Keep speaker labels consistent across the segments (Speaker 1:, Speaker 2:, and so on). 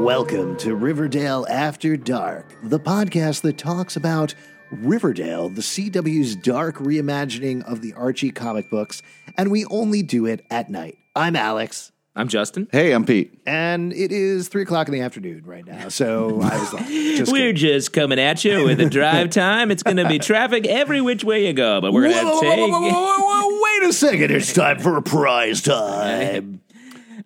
Speaker 1: Welcome to Riverdale After Dark, the podcast that talks about Riverdale, the CW's dark reimagining of the Archie comic books, and we only do it at night. I'm Alex,
Speaker 2: I'm Justin.
Speaker 3: Hey, I'm Pete.
Speaker 1: and it is three o'clock in the afternoon right now, so I was like, just
Speaker 2: We're
Speaker 1: kidding.
Speaker 2: just coming at you with a drive time. It's going to be traffic every which way you go, but we're going
Speaker 1: Whoa,
Speaker 2: to
Speaker 1: whoa, whoa,
Speaker 2: take.
Speaker 1: whoa, whoa, whoa, whoa, wait a second, it's time for a prize time.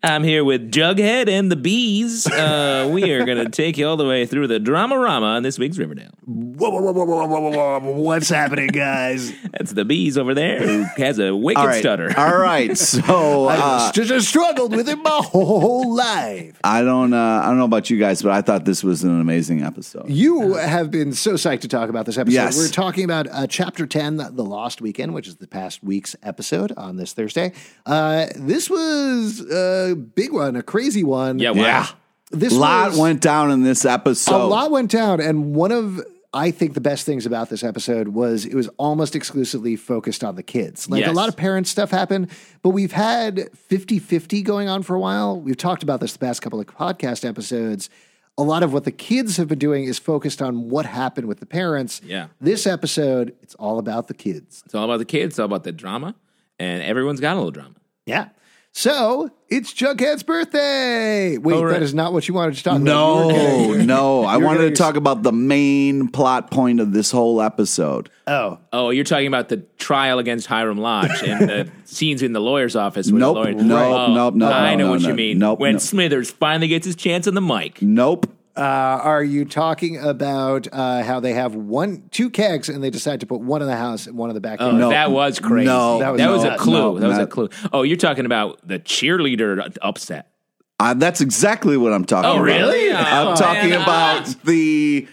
Speaker 2: I'm here with Jughead and the Bees. Uh, we are going to take you all the way through the Dramarama on this week's Riverdale.
Speaker 1: Whoa, whoa, whoa, whoa, whoa, whoa, whoa, whoa, what's happening, guys?
Speaker 2: That's the Bees over there who has a wicked
Speaker 3: All right.
Speaker 2: stutter.
Speaker 3: All right. So uh,
Speaker 1: I just struggled with it my whole life.
Speaker 3: I don't. Uh, I don't know about you guys, but I thought this was an amazing episode.
Speaker 1: You have been so psyched to talk about this episode.
Speaker 3: Yes.
Speaker 1: We're talking about uh, Chapter 10, The Lost Weekend, which is the past week's episode on this Thursday. Uh, this was a big one, a crazy one.
Speaker 2: Yeah, wow.
Speaker 3: Yeah.
Speaker 1: This
Speaker 3: A lot
Speaker 1: was-
Speaker 3: went down in this episode.
Speaker 1: A lot went down. And one of, I think, the best things about this episode was it was almost exclusively focused on the kids. Like a
Speaker 2: Yes.
Speaker 1: lot of parent stuff happened, but we've had 50 50 going on for a while. We've talked about this the past couple of podcast episodes. A lot of what the kids have been doing is focused on what happened with the parents.
Speaker 2: Yeah.
Speaker 1: This episode, it's all about the kids.
Speaker 2: It's all about the kids, it's all about the drama, and everyone's got a little drama.
Speaker 1: Yeah. So it's Jughead's birthday. Wait,
Speaker 2: All Oh, right.
Speaker 1: that is not what you wanted to talk about. You were
Speaker 3: No,
Speaker 1: kidding.
Speaker 3: no. I
Speaker 1: You're
Speaker 3: wanted
Speaker 1: getting-
Speaker 3: to talk about the main plot point of this whole episode.
Speaker 1: Oh,
Speaker 2: Oh, you're talking about the trial against Hiram Lodge and the scenes in the lawyer's office. Where
Speaker 3: Nope,
Speaker 2: the lawyer, Oh,
Speaker 3: nope, nope, nope,
Speaker 2: I
Speaker 3: no,
Speaker 2: know
Speaker 3: no,
Speaker 2: what
Speaker 3: no,
Speaker 2: you mean.
Speaker 3: nope,
Speaker 2: when
Speaker 3: no.
Speaker 2: Smithers finally gets his chance on the mic.
Speaker 3: Nope.
Speaker 1: Uh, are you talking about uh, how they have one, two kegs, and they decide to put one in the house and one in the backyard?
Speaker 3: Oh, No.
Speaker 2: Uh, That was crazy.
Speaker 3: No,
Speaker 2: that
Speaker 1: That
Speaker 2: was,
Speaker 1: was
Speaker 2: a
Speaker 1: nuts.
Speaker 2: clue.
Speaker 3: No,
Speaker 2: that was a
Speaker 3: not-
Speaker 2: clue. Oh, you're talking about the cheerleader upset.
Speaker 3: Uh, that's exactly what I'm talking
Speaker 2: Oh,
Speaker 3: about.
Speaker 2: really?
Speaker 3: I'm
Speaker 2: Oh,
Speaker 3: talking
Speaker 2: man.
Speaker 3: about the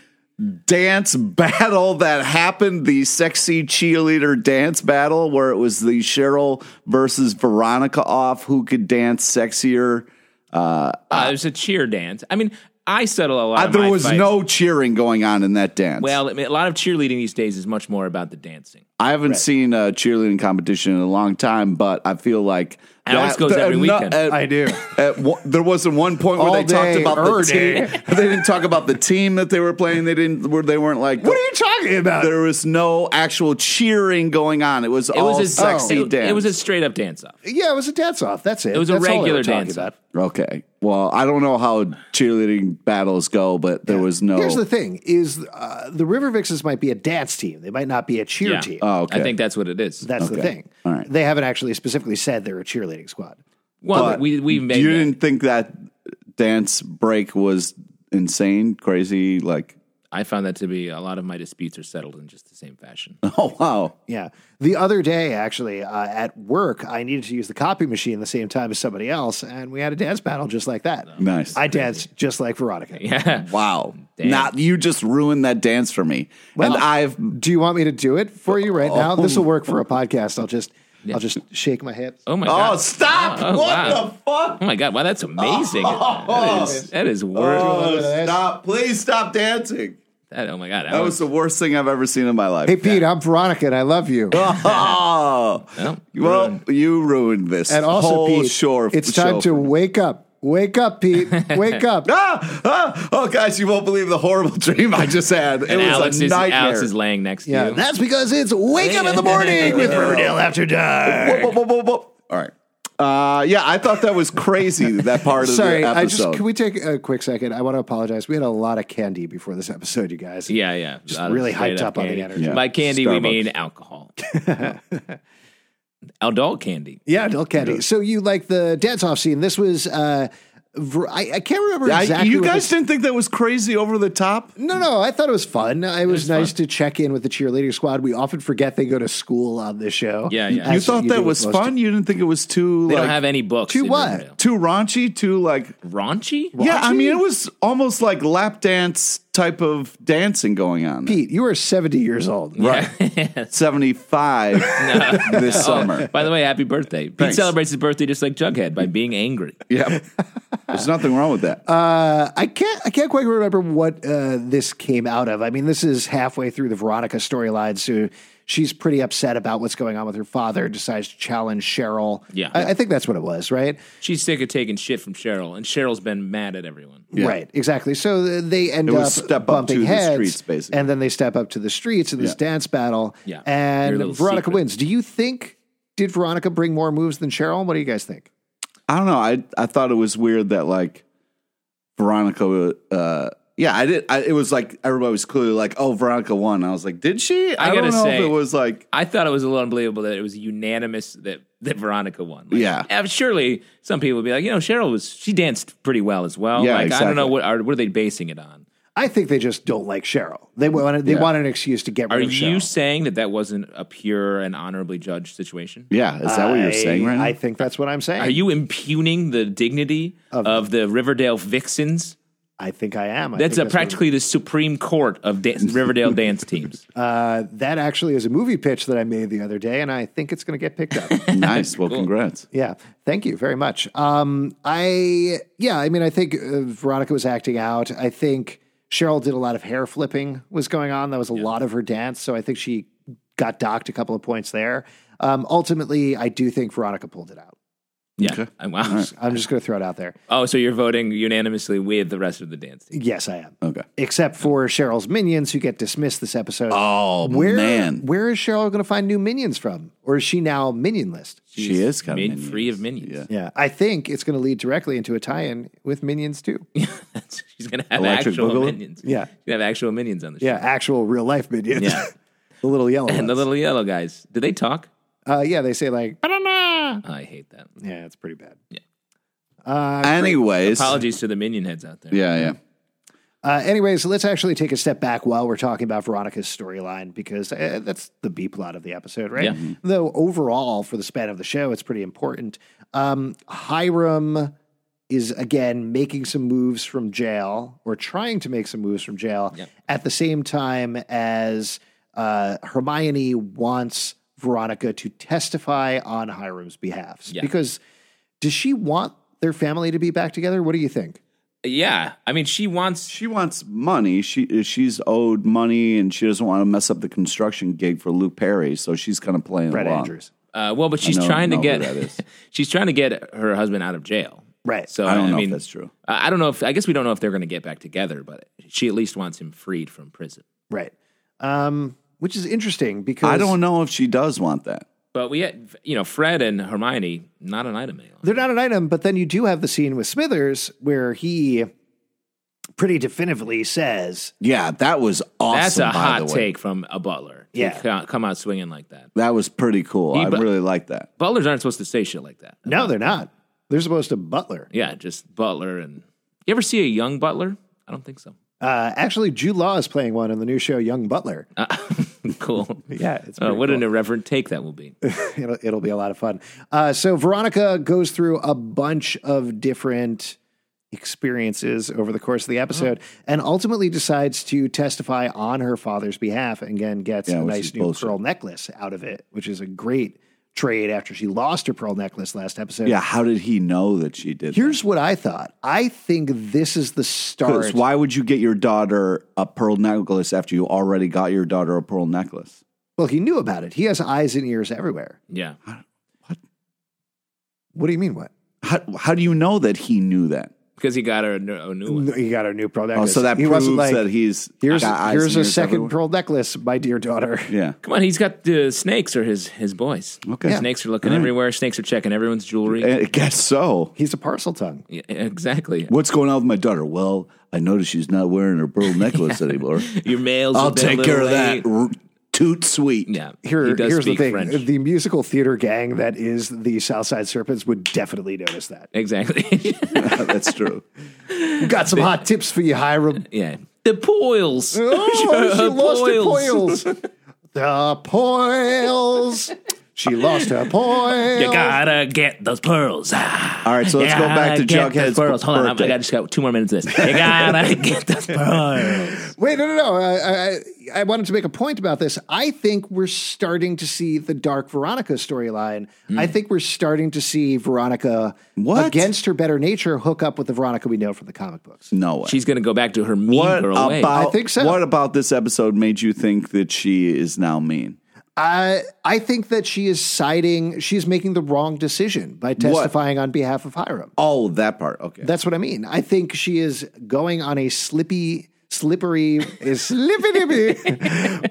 Speaker 3: dance battle that happened, the sexy cheerleader dance battle, where it was the Cheryl versus Veronica off who could dance sexier. Uh,
Speaker 2: Uh, there's a cheer dance. I mean, I settle a lot.
Speaker 3: uh,
Speaker 2: of
Speaker 3: there
Speaker 2: my
Speaker 3: was
Speaker 2: fights.
Speaker 3: no cheering going on in that dance.
Speaker 2: Well, I mean, a lot of cheerleading these days is much more about the dancing.
Speaker 3: I haven't seen a cheerleading competition in a long time, but I feel like
Speaker 2: Alex goes every
Speaker 3: no-
Speaker 2: weekend.
Speaker 3: at-
Speaker 1: I do.
Speaker 3: at one- there wasn't one point where
Speaker 1: All
Speaker 3: they talked
Speaker 1: day,
Speaker 3: about
Speaker 1: er
Speaker 3: the
Speaker 1: day.
Speaker 3: team. they didn't talk about the team that they were playing. They didn't. Where they weren't like.
Speaker 1: What are you talking about?
Speaker 3: There was no actual cheering going on. It was
Speaker 2: It was
Speaker 3: all
Speaker 2: a
Speaker 3: Oh, sexy
Speaker 2: it,
Speaker 3: dance.
Speaker 2: It was a straight up dance off.
Speaker 1: yeah, it was a dance off. That's it.
Speaker 2: It was a
Speaker 1: That's all they were
Speaker 2: regular
Speaker 1: talking
Speaker 2: dance off.
Speaker 1: about.
Speaker 3: okay. Well, I don't know how cheerleading battles go, but there was no.
Speaker 1: Here's the thing: is uh, the River Vixens might be a dance team. They might not be a cheer team.
Speaker 3: Oh, okay.
Speaker 2: I think that's what it is.
Speaker 1: That's the
Speaker 3: okay.
Speaker 1: thing.
Speaker 3: All right.
Speaker 1: They haven't actually specifically said they're a cheerleading squad.
Speaker 2: well,
Speaker 3: But
Speaker 2: we we made
Speaker 3: you
Speaker 2: that.
Speaker 3: didn't think that dance break was insane, crazy, like.
Speaker 2: I found that to be a lot of my disputes are settled in just the same fashion.
Speaker 3: Oh wow!
Speaker 1: Yeah. The other day, actually, uh, at work, I needed to use the copy machine the same time as somebody else, and we had a dance battle just like that.
Speaker 3: Nice.
Speaker 1: I danced just like Veronica.
Speaker 2: yeah.
Speaker 3: Wow. Not you just ruined that dance for me.
Speaker 1: Well-
Speaker 3: and I've
Speaker 1: Do you want me to do it for you right now? This will work for a podcast. I'll just I'll just shake my hips.
Speaker 2: Oh my
Speaker 3: Oh,
Speaker 2: god.
Speaker 3: stop!
Speaker 2: Oh,
Speaker 3: what
Speaker 2: wow.
Speaker 3: the fuck?
Speaker 2: Oh my god! Wow, that's amazing.
Speaker 1: Oh,
Speaker 2: that is that is worth.
Speaker 3: Oh,
Speaker 1: this.
Speaker 3: stop. Please stop dancing.
Speaker 2: that, oh my god!
Speaker 3: That was the worst thing I've ever seen in my life.
Speaker 1: Hey Pete, I'm Veronica and I love you.
Speaker 3: Oh,
Speaker 2: well,
Speaker 3: well, you ruined this.
Speaker 1: and also
Speaker 3: whole
Speaker 1: Pete,
Speaker 3: shore.
Speaker 1: it's time
Speaker 3: show
Speaker 1: to
Speaker 3: for me.
Speaker 1: wake up. Wake up, Pete. Wake up.
Speaker 3: Ah, ah, oh, guys, you won't believe the horrible dream I just had. It
Speaker 2: and
Speaker 3: was
Speaker 2: Alex
Speaker 3: a
Speaker 2: is,
Speaker 3: nightmare.
Speaker 2: Alex is laying next to
Speaker 1: Yeah,
Speaker 2: you.
Speaker 1: that's because it's wake up in the morning with Riverdale After Dark.
Speaker 3: Whoa, whoa, whoa, whoa, whoa. All right. Uh, yeah, I thought that was crazy. That part of
Speaker 1: Sorry,
Speaker 3: the
Speaker 1: I just
Speaker 3: episode.
Speaker 1: can we take a quick second? I want to apologize. We had a lot of candy before this episode, you guys.
Speaker 2: Yeah, yeah. Just
Speaker 1: really hyped up on the energy.
Speaker 3: Yeah.
Speaker 2: By candy, we
Speaker 3: Starbucks.
Speaker 2: mean alcohol. Adult candy.
Speaker 1: Yeah, adult candy. So you like the dance off scene? This was uh, ver- I, I can't remember
Speaker 3: I-
Speaker 1: exactly.
Speaker 3: you
Speaker 1: what
Speaker 3: guys
Speaker 1: this-
Speaker 3: didn't think that was crazy over the top?
Speaker 1: No, no, I thought it was fun. It was, nice to check in with the cheerleading squad. We often forget they go to school on this show.
Speaker 2: Yeah, yeah.
Speaker 1: As
Speaker 3: you thought
Speaker 1: you do
Speaker 3: that
Speaker 1: with
Speaker 3: was
Speaker 1: most-
Speaker 3: fun. You didn't think it was too
Speaker 2: They
Speaker 3: like
Speaker 2: don't have any books.
Speaker 1: To
Speaker 2: in
Speaker 1: what?
Speaker 2: Riverdale.
Speaker 3: too raunchy, too like
Speaker 2: Raunchy?
Speaker 3: yeah. I
Speaker 1: Raunchy?
Speaker 3: mean, it was almost like lap dance type of dancing going on.
Speaker 1: Pete, you are 70 years old.
Speaker 3: Right. 75 this summer.
Speaker 2: By the way, happy birthday. Pete
Speaker 3: Thanks.
Speaker 2: celebrates his birthday just like Jughead by being angry.
Speaker 3: Yep. There's nothing wrong with that.
Speaker 1: Uh, I can't. I can't quite remember what uh, this came out of. I mean, this is halfway through the Veronica storyline, so she's pretty upset about what's going on with her father. Decides to challenge Cheryl.
Speaker 2: Yeah.
Speaker 1: I, I think that's what it was, right?
Speaker 2: She's sick of taking shit from Cheryl, and Cheryl's been mad at everyone.
Speaker 3: Yeah.
Speaker 1: Right, exactly. So th- they end
Speaker 3: It
Speaker 1: up
Speaker 3: was step up
Speaker 1: bumping
Speaker 3: to the
Speaker 1: heads,
Speaker 3: streets, basically.
Speaker 1: and then they step up to the streets in this
Speaker 3: Yeah.
Speaker 1: dance battle.
Speaker 2: Yeah. Your
Speaker 1: and
Speaker 2: little
Speaker 1: Veronica
Speaker 2: secret.
Speaker 1: wins. Do you think did Veronica bring more moves than Cheryl? What do you guys think?
Speaker 3: I don't know. I I thought it was weird that like Veronica. Uh, yeah, I did. I, it was like everybody was clearly like, "Oh, Veronica won." I was like, "Did she?" I,
Speaker 2: gotta
Speaker 3: don't know if
Speaker 2: say-
Speaker 3: it was like
Speaker 2: I thought it was a little unbelievable that it was unanimous that, that Veronica won. Like,
Speaker 3: Yeah.
Speaker 2: eh, Surely some people would be like, you know, Cheryl was, she danced pretty well as well.
Speaker 3: Yeah,
Speaker 2: like, I
Speaker 3: exactly.
Speaker 2: don't know what are, what are they basing it on?
Speaker 1: I think they just don't like Cheryl. They want they
Speaker 3: Yeah.
Speaker 1: want an excuse to get rid
Speaker 2: Are
Speaker 1: of Cheryl.
Speaker 2: you saying that that wasn't a pure and honorably judged situation?
Speaker 3: "Yeah." Is that what you're saying right now?
Speaker 1: I, I think that's what I'm saying.
Speaker 2: Are you impugning the dignity of, the Riverdale Vixens?
Speaker 1: I think I am. I
Speaker 2: That's a
Speaker 1: think what-
Speaker 2: practically the Supreme Court of dan- Riverdale dance teams.
Speaker 1: Uh, that actually is a movie pitch that I made the other day, and I think it's going to get picked up.
Speaker 3: nice. Well, congrats.
Speaker 1: yeah, thank you very much. Um, I yeah, I mean, I think uh, Veronica was acting out. I think Cheryl did a lot of hair flipping was going on. That was a lot of her dance, so I think she got docked a couple of points there. Um, ultimately, I do think Veronica pulled it out.
Speaker 2: Yeah.
Speaker 3: Okay.
Speaker 2: And Wow.
Speaker 1: I'm just going to throw it out there.
Speaker 2: Oh, so you're voting unanimously with the rest of the dance team.
Speaker 1: Yes, I am.
Speaker 3: Okay.
Speaker 1: Except for Cheryl's minions who get dismissed this episode.
Speaker 3: Oh
Speaker 1: Where
Speaker 3: man,
Speaker 1: where is Cheryl going to find new minions from, or is she now minionless?
Speaker 3: she is kind
Speaker 2: made
Speaker 3: of
Speaker 2: free of minions.
Speaker 3: Yeah.
Speaker 1: Yeah, I think it's going to lead directly into a tie-in with Minions too.
Speaker 2: She's gonna have
Speaker 3: Electric
Speaker 2: actual
Speaker 3: Boogaloo?
Speaker 2: minions.
Speaker 1: Yeah.
Speaker 2: She's gonna have actual minions on the show.
Speaker 1: Yeah, actual real life Minions.
Speaker 2: Yeah.
Speaker 1: the little yellow
Speaker 2: And the
Speaker 1: ones.
Speaker 2: little yellow guys. Do they talk?
Speaker 1: uh, yeah, they say like, I don't know.
Speaker 2: I hate that.
Speaker 1: Yeah, it's pretty bad.
Speaker 2: Yeah.
Speaker 1: Uh,
Speaker 3: Anyways,
Speaker 2: Apologies to the minion heads out there.
Speaker 3: yeah, yeah.
Speaker 1: uh, anyways, let's actually take a step back while we're talking about Veronica's storyline because uh, that's the B plot of the episode, right?
Speaker 2: Yeah.
Speaker 1: Though overall, for the span of the show, it's pretty important. Um, Hiram is again making some moves from jail or trying to make some moves from jail at the same time as uh, Hermione wants Veronica to testify on Hiram's behalf.
Speaker 2: Yeah.
Speaker 1: Because does she want their family to be back together? What do you think?
Speaker 2: Yeah. I mean, she wants.
Speaker 3: She wants money. She she's owed money, and she doesn't want to mess up the construction gig for Luke Perry. So she's kind of playing
Speaker 1: Brett
Speaker 3: along.
Speaker 1: Andrews.
Speaker 2: Uh, well, but she's
Speaker 3: know-
Speaker 2: trying to
Speaker 3: know who that
Speaker 2: get.
Speaker 3: is.
Speaker 2: she's trying to get her husband out of jail.
Speaker 1: Right.
Speaker 2: So
Speaker 3: I don't know if
Speaker 2: mean,
Speaker 3: that's true.
Speaker 2: I I don't know if. I guess we don't know if they're going to get back together, but she at least wants him freed from prison.
Speaker 1: Right. Um, which is interesting because
Speaker 3: I don't know if she does want that.
Speaker 2: But we, had, you know, Fred and Hermione, not an item. alien.
Speaker 1: they're not an item, but then you do have the scene with Smithers where he pretty definitively says,
Speaker 3: Yeah, that was awesome.
Speaker 2: That's a
Speaker 3: by
Speaker 2: hot
Speaker 3: the way.
Speaker 2: take from a Butler. to
Speaker 1: Yeah.
Speaker 2: co- come out swinging like that.
Speaker 3: That was pretty cool. I
Speaker 2: bu-
Speaker 3: really like that.
Speaker 2: Butlers aren't supposed to say shit like that.
Speaker 1: No, they're not. They're supposed to butler.
Speaker 2: Yeah, just Butler and you ever see a young Butler? I don't think so.
Speaker 1: Uh, actually, Jude Law is playing one in the new show Young Butler.
Speaker 2: Uh, cool.
Speaker 1: Yeah, it's
Speaker 2: Uh,
Speaker 1: pretty
Speaker 2: what
Speaker 1: cool.
Speaker 2: an irreverent take that will be.
Speaker 1: it'll, it'll be a lot of fun. Uh, so Veronica goes through a bunch of different experiences over the course of the episode and ultimately decides to testify on her father's behalf and again gets
Speaker 3: Yeah,
Speaker 1: a
Speaker 3: which
Speaker 1: nice
Speaker 3: is
Speaker 1: new
Speaker 3: bullshit.
Speaker 1: pearl necklace out of it, which is a great trade after she lost her pearl necklace last episode.
Speaker 3: Yeah, how did he know that she did? that?
Speaker 1: Here's what I thought. I think this is the start.
Speaker 3: Because Why would you get your daughter a pearl necklace after you already got your daughter a pearl necklace?
Speaker 1: Well, he knew about it. He has eyes and ears everywhere.
Speaker 2: Yeah.
Speaker 1: What do you mean? What?
Speaker 3: How, how do you know that he knew that?
Speaker 2: Because he got her a new, a new one.
Speaker 1: He got a new pearl
Speaker 3: Oh,
Speaker 1: necklace.
Speaker 3: so that
Speaker 1: he
Speaker 3: proves
Speaker 1: wasn't like,
Speaker 3: that he's
Speaker 1: here's
Speaker 3: got eyes
Speaker 1: here's
Speaker 3: and
Speaker 1: a
Speaker 3: ears
Speaker 1: second
Speaker 3: everywhere."
Speaker 1: pearl necklace, my dear daughter.
Speaker 3: Yeah.
Speaker 2: Come on, he's got the snakes are his his boys.
Speaker 3: Okay. Eh. Yeah.
Speaker 2: Snakes are looking everywhere. Snakes are checking everyone's jewelry.
Speaker 3: I guess so.
Speaker 1: He's a parcel tongue.
Speaker 2: Yeah, exactly.
Speaker 3: What's going on with my daughter? Well, I noticed she's not wearing her pearl necklace anymore.
Speaker 2: Your mails.
Speaker 3: I'll
Speaker 2: have been a
Speaker 3: take
Speaker 2: little
Speaker 3: care of
Speaker 2: late.
Speaker 3: that. R- toot sweet.
Speaker 2: Yeah.
Speaker 1: Here,
Speaker 2: he does
Speaker 1: here's the
Speaker 2: speak
Speaker 1: thing:
Speaker 2: French.
Speaker 1: the musical theater gang that is the Southside Serpents would definitely notice that.
Speaker 2: Exactly.
Speaker 3: That's true.
Speaker 1: Got some hot tips for you, Hiram.
Speaker 2: yeah. The poils.
Speaker 1: Oh, she
Speaker 2: Her
Speaker 1: lost
Speaker 2: poils.
Speaker 1: the poils. the poils. She lost her point.
Speaker 2: You gotta get those pearls. Ah.
Speaker 3: All right, so let's go back to
Speaker 2: You gotta get
Speaker 3: Jughead's
Speaker 2: those pearls. Hold on, I- I
Speaker 3: birthday.
Speaker 2: got just got two more minutes of this. You gotta get those pearls.
Speaker 1: Wait, no, no, no. I, I, I wanted to make a point about this. I think we're starting to see the Dark Veronica storyline.
Speaker 2: Hmm.
Speaker 1: I think we're starting to see Veronica,
Speaker 3: What?
Speaker 1: against her better nature, hook up with the Veronica we know from the comic books.
Speaker 3: No way.
Speaker 2: She's gonna go back to her mean
Speaker 3: what
Speaker 2: girl ways.
Speaker 3: about?
Speaker 1: I think so.
Speaker 3: What about this episode made you think that she is now mean?
Speaker 1: I, I think that she is siding, she's making the wrong decision by testifying on behalf of Hiram.
Speaker 3: Oh, that part. Okay.
Speaker 1: That's what I mean. I think she is going on a slippy, slippery, slippy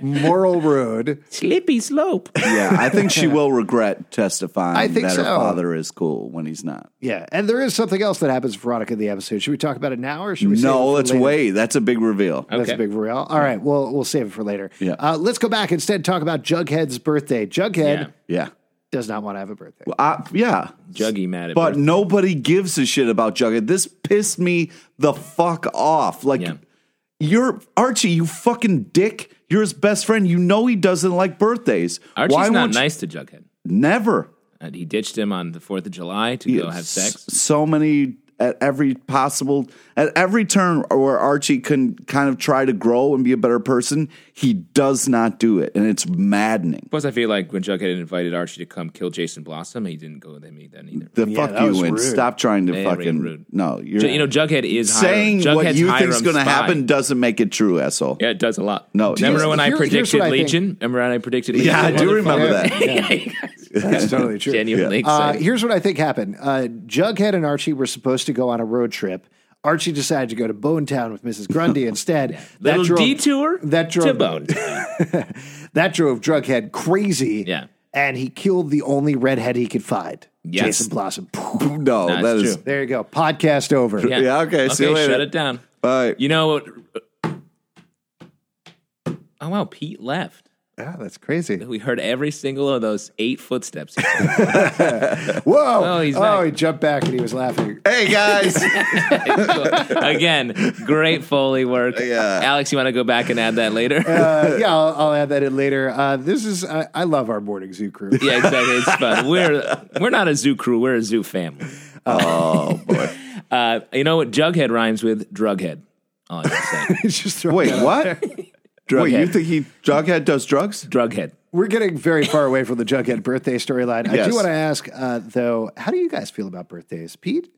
Speaker 1: moral road.
Speaker 2: Slippy slope.
Speaker 3: yeah, I think she will regret testifying
Speaker 1: I think
Speaker 3: that her
Speaker 1: so.
Speaker 3: father is cool when he's not.
Speaker 1: Yeah, and there is something else that happens to Veronica in the episode. Should we talk about it now, or should we? save it
Speaker 3: No,
Speaker 1: for
Speaker 3: let's
Speaker 1: later?
Speaker 3: wait. That's a big reveal.
Speaker 1: That's a
Speaker 2: Okay.
Speaker 1: big reveal. All right, we'll we'll save it for later.
Speaker 3: Yeah.
Speaker 1: Uh, let's go back instead. and Talk about Jughead's birthday. Jughead
Speaker 2: Yeah.
Speaker 3: Yeah.
Speaker 1: does not want to have a birthday.
Speaker 3: I, yeah.
Speaker 2: Juggy mad at
Speaker 3: But
Speaker 2: birth-
Speaker 3: nobody gives a shit about Jughead. This pissed me the fuck off. Like,
Speaker 2: Yeah.
Speaker 3: you're Archie, you fucking dick. You're his best friend. You know he doesn't like birthdays.
Speaker 2: Archie's not
Speaker 3: won't you-
Speaker 2: nice to Jughead.
Speaker 3: Never.
Speaker 2: And he ditched him on the Fourth of July to go have sex.
Speaker 3: S- So many at every possible at every turn where Archie can kind of try to grow and be a better person, he does not do it, and it's maddening.
Speaker 2: Plus, I feel like when Jughead invited Archie to come kill Jason Blossom, he didn't go with him then either.
Speaker 3: The
Speaker 1: Yeah,
Speaker 3: fuck
Speaker 1: that was
Speaker 3: you and
Speaker 1: rude.
Speaker 3: stop trying to
Speaker 2: Very
Speaker 3: fucking
Speaker 2: rude.
Speaker 3: no. You're
Speaker 2: Ju- you know, Jughead is
Speaker 3: saying
Speaker 2: Hiram.
Speaker 3: what
Speaker 2: Jughead's
Speaker 3: you think's
Speaker 2: Hiram's
Speaker 3: going to
Speaker 2: spy.
Speaker 3: happen doesn't make it true, asshole.
Speaker 2: Yeah, it does a lot.
Speaker 3: No, it
Speaker 2: remember
Speaker 3: doesn't.
Speaker 2: when I
Speaker 1: Here- here's
Speaker 2: predicted
Speaker 1: what I think.
Speaker 2: Legion? Remember when I predicted Legion?
Speaker 3: Yeah, I do remember that.
Speaker 1: That's totally true.
Speaker 2: Genuinely
Speaker 1: Uh,
Speaker 2: excited.
Speaker 1: here's what I think happened. Uh, Jughead and Archie were supposed to go on a road trip. Archie decided to go to Bone Town with Mrs. Grundy instead. That
Speaker 2: Little
Speaker 1: drove-
Speaker 2: detour
Speaker 1: That drove
Speaker 2: to bone.
Speaker 1: That drove Jughead crazy.
Speaker 2: Yeah.
Speaker 1: And he killed the only redhead he could find.
Speaker 2: Yes.
Speaker 1: Jason Blossom.
Speaker 3: No,
Speaker 2: That's
Speaker 3: that is
Speaker 2: true.
Speaker 1: There you go. Podcast over.
Speaker 3: Yeah, okay, see you later.
Speaker 2: shut it down.
Speaker 3: Bye.
Speaker 2: You know what? Oh, wow, Pete left.
Speaker 1: Yeah, that's crazy.
Speaker 2: We heard every single of those eight footsteps.
Speaker 1: Whoa.
Speaker 2: Oh, he's
Speaker 1: oh,
Speaker 2: back.
Speaker 1: he jumped back and he was laughing.
Speaker 3: Hey guys,
Speaker 2: Again, great Foley work.
Speaker 3: Yeah.
Speaker 2: Alex, you want to go back and add that later?
Speaker 1: Uh, yeah, I'll, I'll add that in later. Uh, this is, I, I love our morning zoo crew.
Speaker 2: Yeah, exactly. It's fun. We're we're not a zoo crew. We're a zoo family. Oh boy. Uh, you know what? Jughead rhymes with drughead. All I gotta say.
Speaker 1: Just throw
Speaker 3: wait,
Speaker 1: that out.
Speaker 3: what? Wait, you think he Jughead does drugs?
Speaker 2: drughead.
Speaker 1: We're getting very far away from the Jughead birthday storyline. I
Speaker 3: Yes.
Speaker 1: do want to ask, uh, though, how do you guys feel about birthdays? Pete?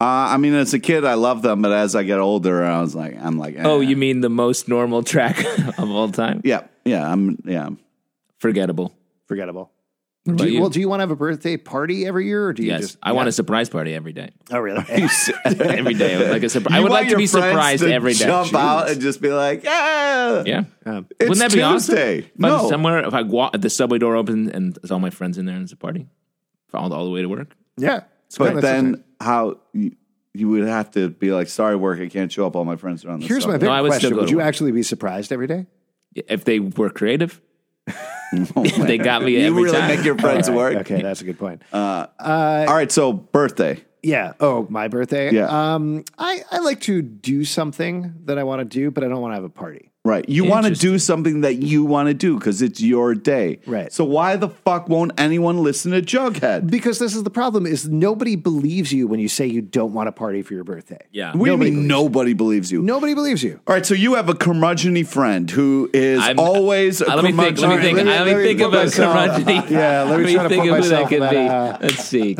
Speaker 3: Uh, I mean, as a kid, I loved them, but as I get older, I was like, I'm like, eh.
Speaker 2: Oh, you mean the most normal track of all time?
Speaker 3: yeah, yeah, I'm, yeah.
Speaker 2: Forgettable.
Speaker 1: Forgettable.
Speaker 2: What
Speaker 1: Do
Speaker 2: about
Speaker 1: you,
Speaker 2: you?
Speaker 1: Well, do you want to have a birthday party every year, or do you
Speaker 2: yes,
Speaker 1: just?
Speaker 2: I want a surprise party every day.
Speaker 1: Oh, really?
Speaker 2: Every day, I would like a surpri- I
Speaker 3: You
Speaker 2: would
Speaker 3: want
Speaker 2: like to be
Speaker 3: your friends
Speaker 2: surprised
Speaker 3: to
Speaker 2: every day.
Speaker 3: Jump out and just be like, yeah,
Speaker 2: Yeah.
Speaker 3: It's
Speaker 2: Wouldn't that be
Speaker 3: Tuesday.
Speaker 2: awesome? If I'm
Speaker 3: No.
Speaker 2: somewhere if I walk if the subway door opens and there's all my friends in there and it's a party. All the, all the way to work.
Speaker 1: yeah.
Speaker 3: But
Speaker 1: Yeah, that's okay.
Speaker 3: then how you, you would have to be like, sorry, work, I can't show up. All my friends are on. The
Speaker 1: here's my
Speaker 3: subway."
Speaker 1: big
Speaker 2: No, I would
Speaker 1: question:
Speaker 2: still go
Speaker 1: Would
Speaker 2: to
Speaker 1: you
Speaker 2: work.
Speaker 1: actually be surprised every day?
Speaker 2: If they were creative, they got me
Speaker 3: You
Speaker 2: every
Speaker 3: really
Speaker 2: time.
Speaker 3: make your friends work.
Speaker 1: Okay, that's a good point.
Speaker 2: Uh,
Speaker 3: All right, so birthday.
Speaker 1: yeah. Oh, my birthday.
Speaker 3: Yeah.
Speaker 1: Um, I I like to do something that I want to do, but I don't want to have a party.
Speaker 3: Right. You want to do something that you want to do because it's your day.
Speaker 1: Right.
Speaker 3: So why the fuck won't anyone listen to Jughead?
Speaker 1: Because this is the problem: is nobody believes you when you say you don't want a party for your birthday.
Speaker 2: yeah.
Speaker 3: We nobody mean nobody believes you.
Speaker 1: Nobody believes you.
Speaker 3: All right, so you have a curmudgeon friend who is
Speaker 2: I'm-
Speaker 3: always a
Speaker 2: Uh, let me think. Let me
Speaker 3: curmudgeon.
Speaker 2: think.
Speaker 1: Let me-
Speaker 2: I let me
Speaker 1: let me
Speaker 2: think
Speaker 1: put
Speaker 2: of a
Speaker 1: myself-
Speaker 2: curmudgeon.
Speaker 1: Yeah, let me try to put
Speaker 2: think of who
Speaker 1: myself
Speaker 2: that could
Speaker 1: in
Speaker 2: be.
Speaker 1: that,
Speaker 2: Let's see.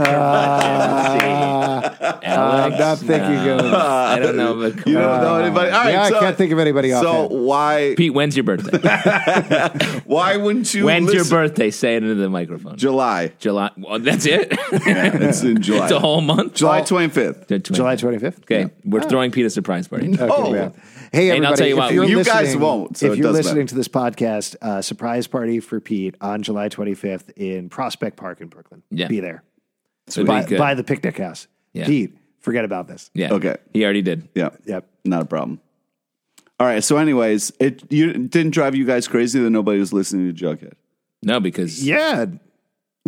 Speaker 2: Curmudgeon. Let's see. Alex,
Speaker 1: I'm not thinking
Speaker 2: no.
Speaker 1: of-
Speaker 2: I don't know. But
Speaker 3: You
Speaker 2: come
Speaker 3: don't
Speaker 2: on.
Speaker 3: know anybody. All right,
Speaker 1: yeah,
Speaker 3: so,
Speaker 1: I can't think of anybody else.
Speaker 3: So why
Speaker 2: Pete, when's your birthday?
Speaker 3: why wouldn't you?
Speaker 2: When's your
Speaker 3: listen-
Speaker 2: birthday? Say it into the microphone.
Speaker 3: July.
Speaker 2: July. Well, that's it.
Speaker 3: Yeah, it's in July.
Speaker 2: it's a whole Oh. month.
Speaker 3: July twenty fifth.
Speaker 2: The 20.
Speaker 1: July 25th.
Speaker 2: Okay, we're throwing Pete a surprise party.
Speaker 1: Okay,
Speaker 3: Oh.
Speaker 1: man. Hey, everybody!
Speaker 2: And I'll tell you
Speaker 1: if
Speaker 2: what,
Speaker 1: you're
Speaker 3: you guys
Speaker 1: listening-
Speaker 3: won't, so
Speaker 1: if
Speaker 3: it
Speaker 1: you're
Speaker 3: doesn't
Speaker 1: listening
Speaker 3: matter.
Speaker 1: to this podcast, uh, surprise party for Pete on July 25th in Prospect Park in Brooklyn.
Speaker 2: Yeah.
Speaker 1: Be there
Speaker 2: So it'd be
Speaker 1: by,
Speaker 2: good.
Speaker 1: by the picnic house.
Speaker 2: Yeah.
Speaker 1: Pete, forget about this.
Speaker 2: yeah.
Speaker 3: Okay.
Speaker 2: He already did.
Speaker 3: Yeah.
Speaker 1: Yep.
Speaker 3: Not a problem. All right. So, anyways, it you it didn't drive you guys crazy that nobody was listening to Jughead.
Speaker 2: No, because
Speaker 1: Yeah.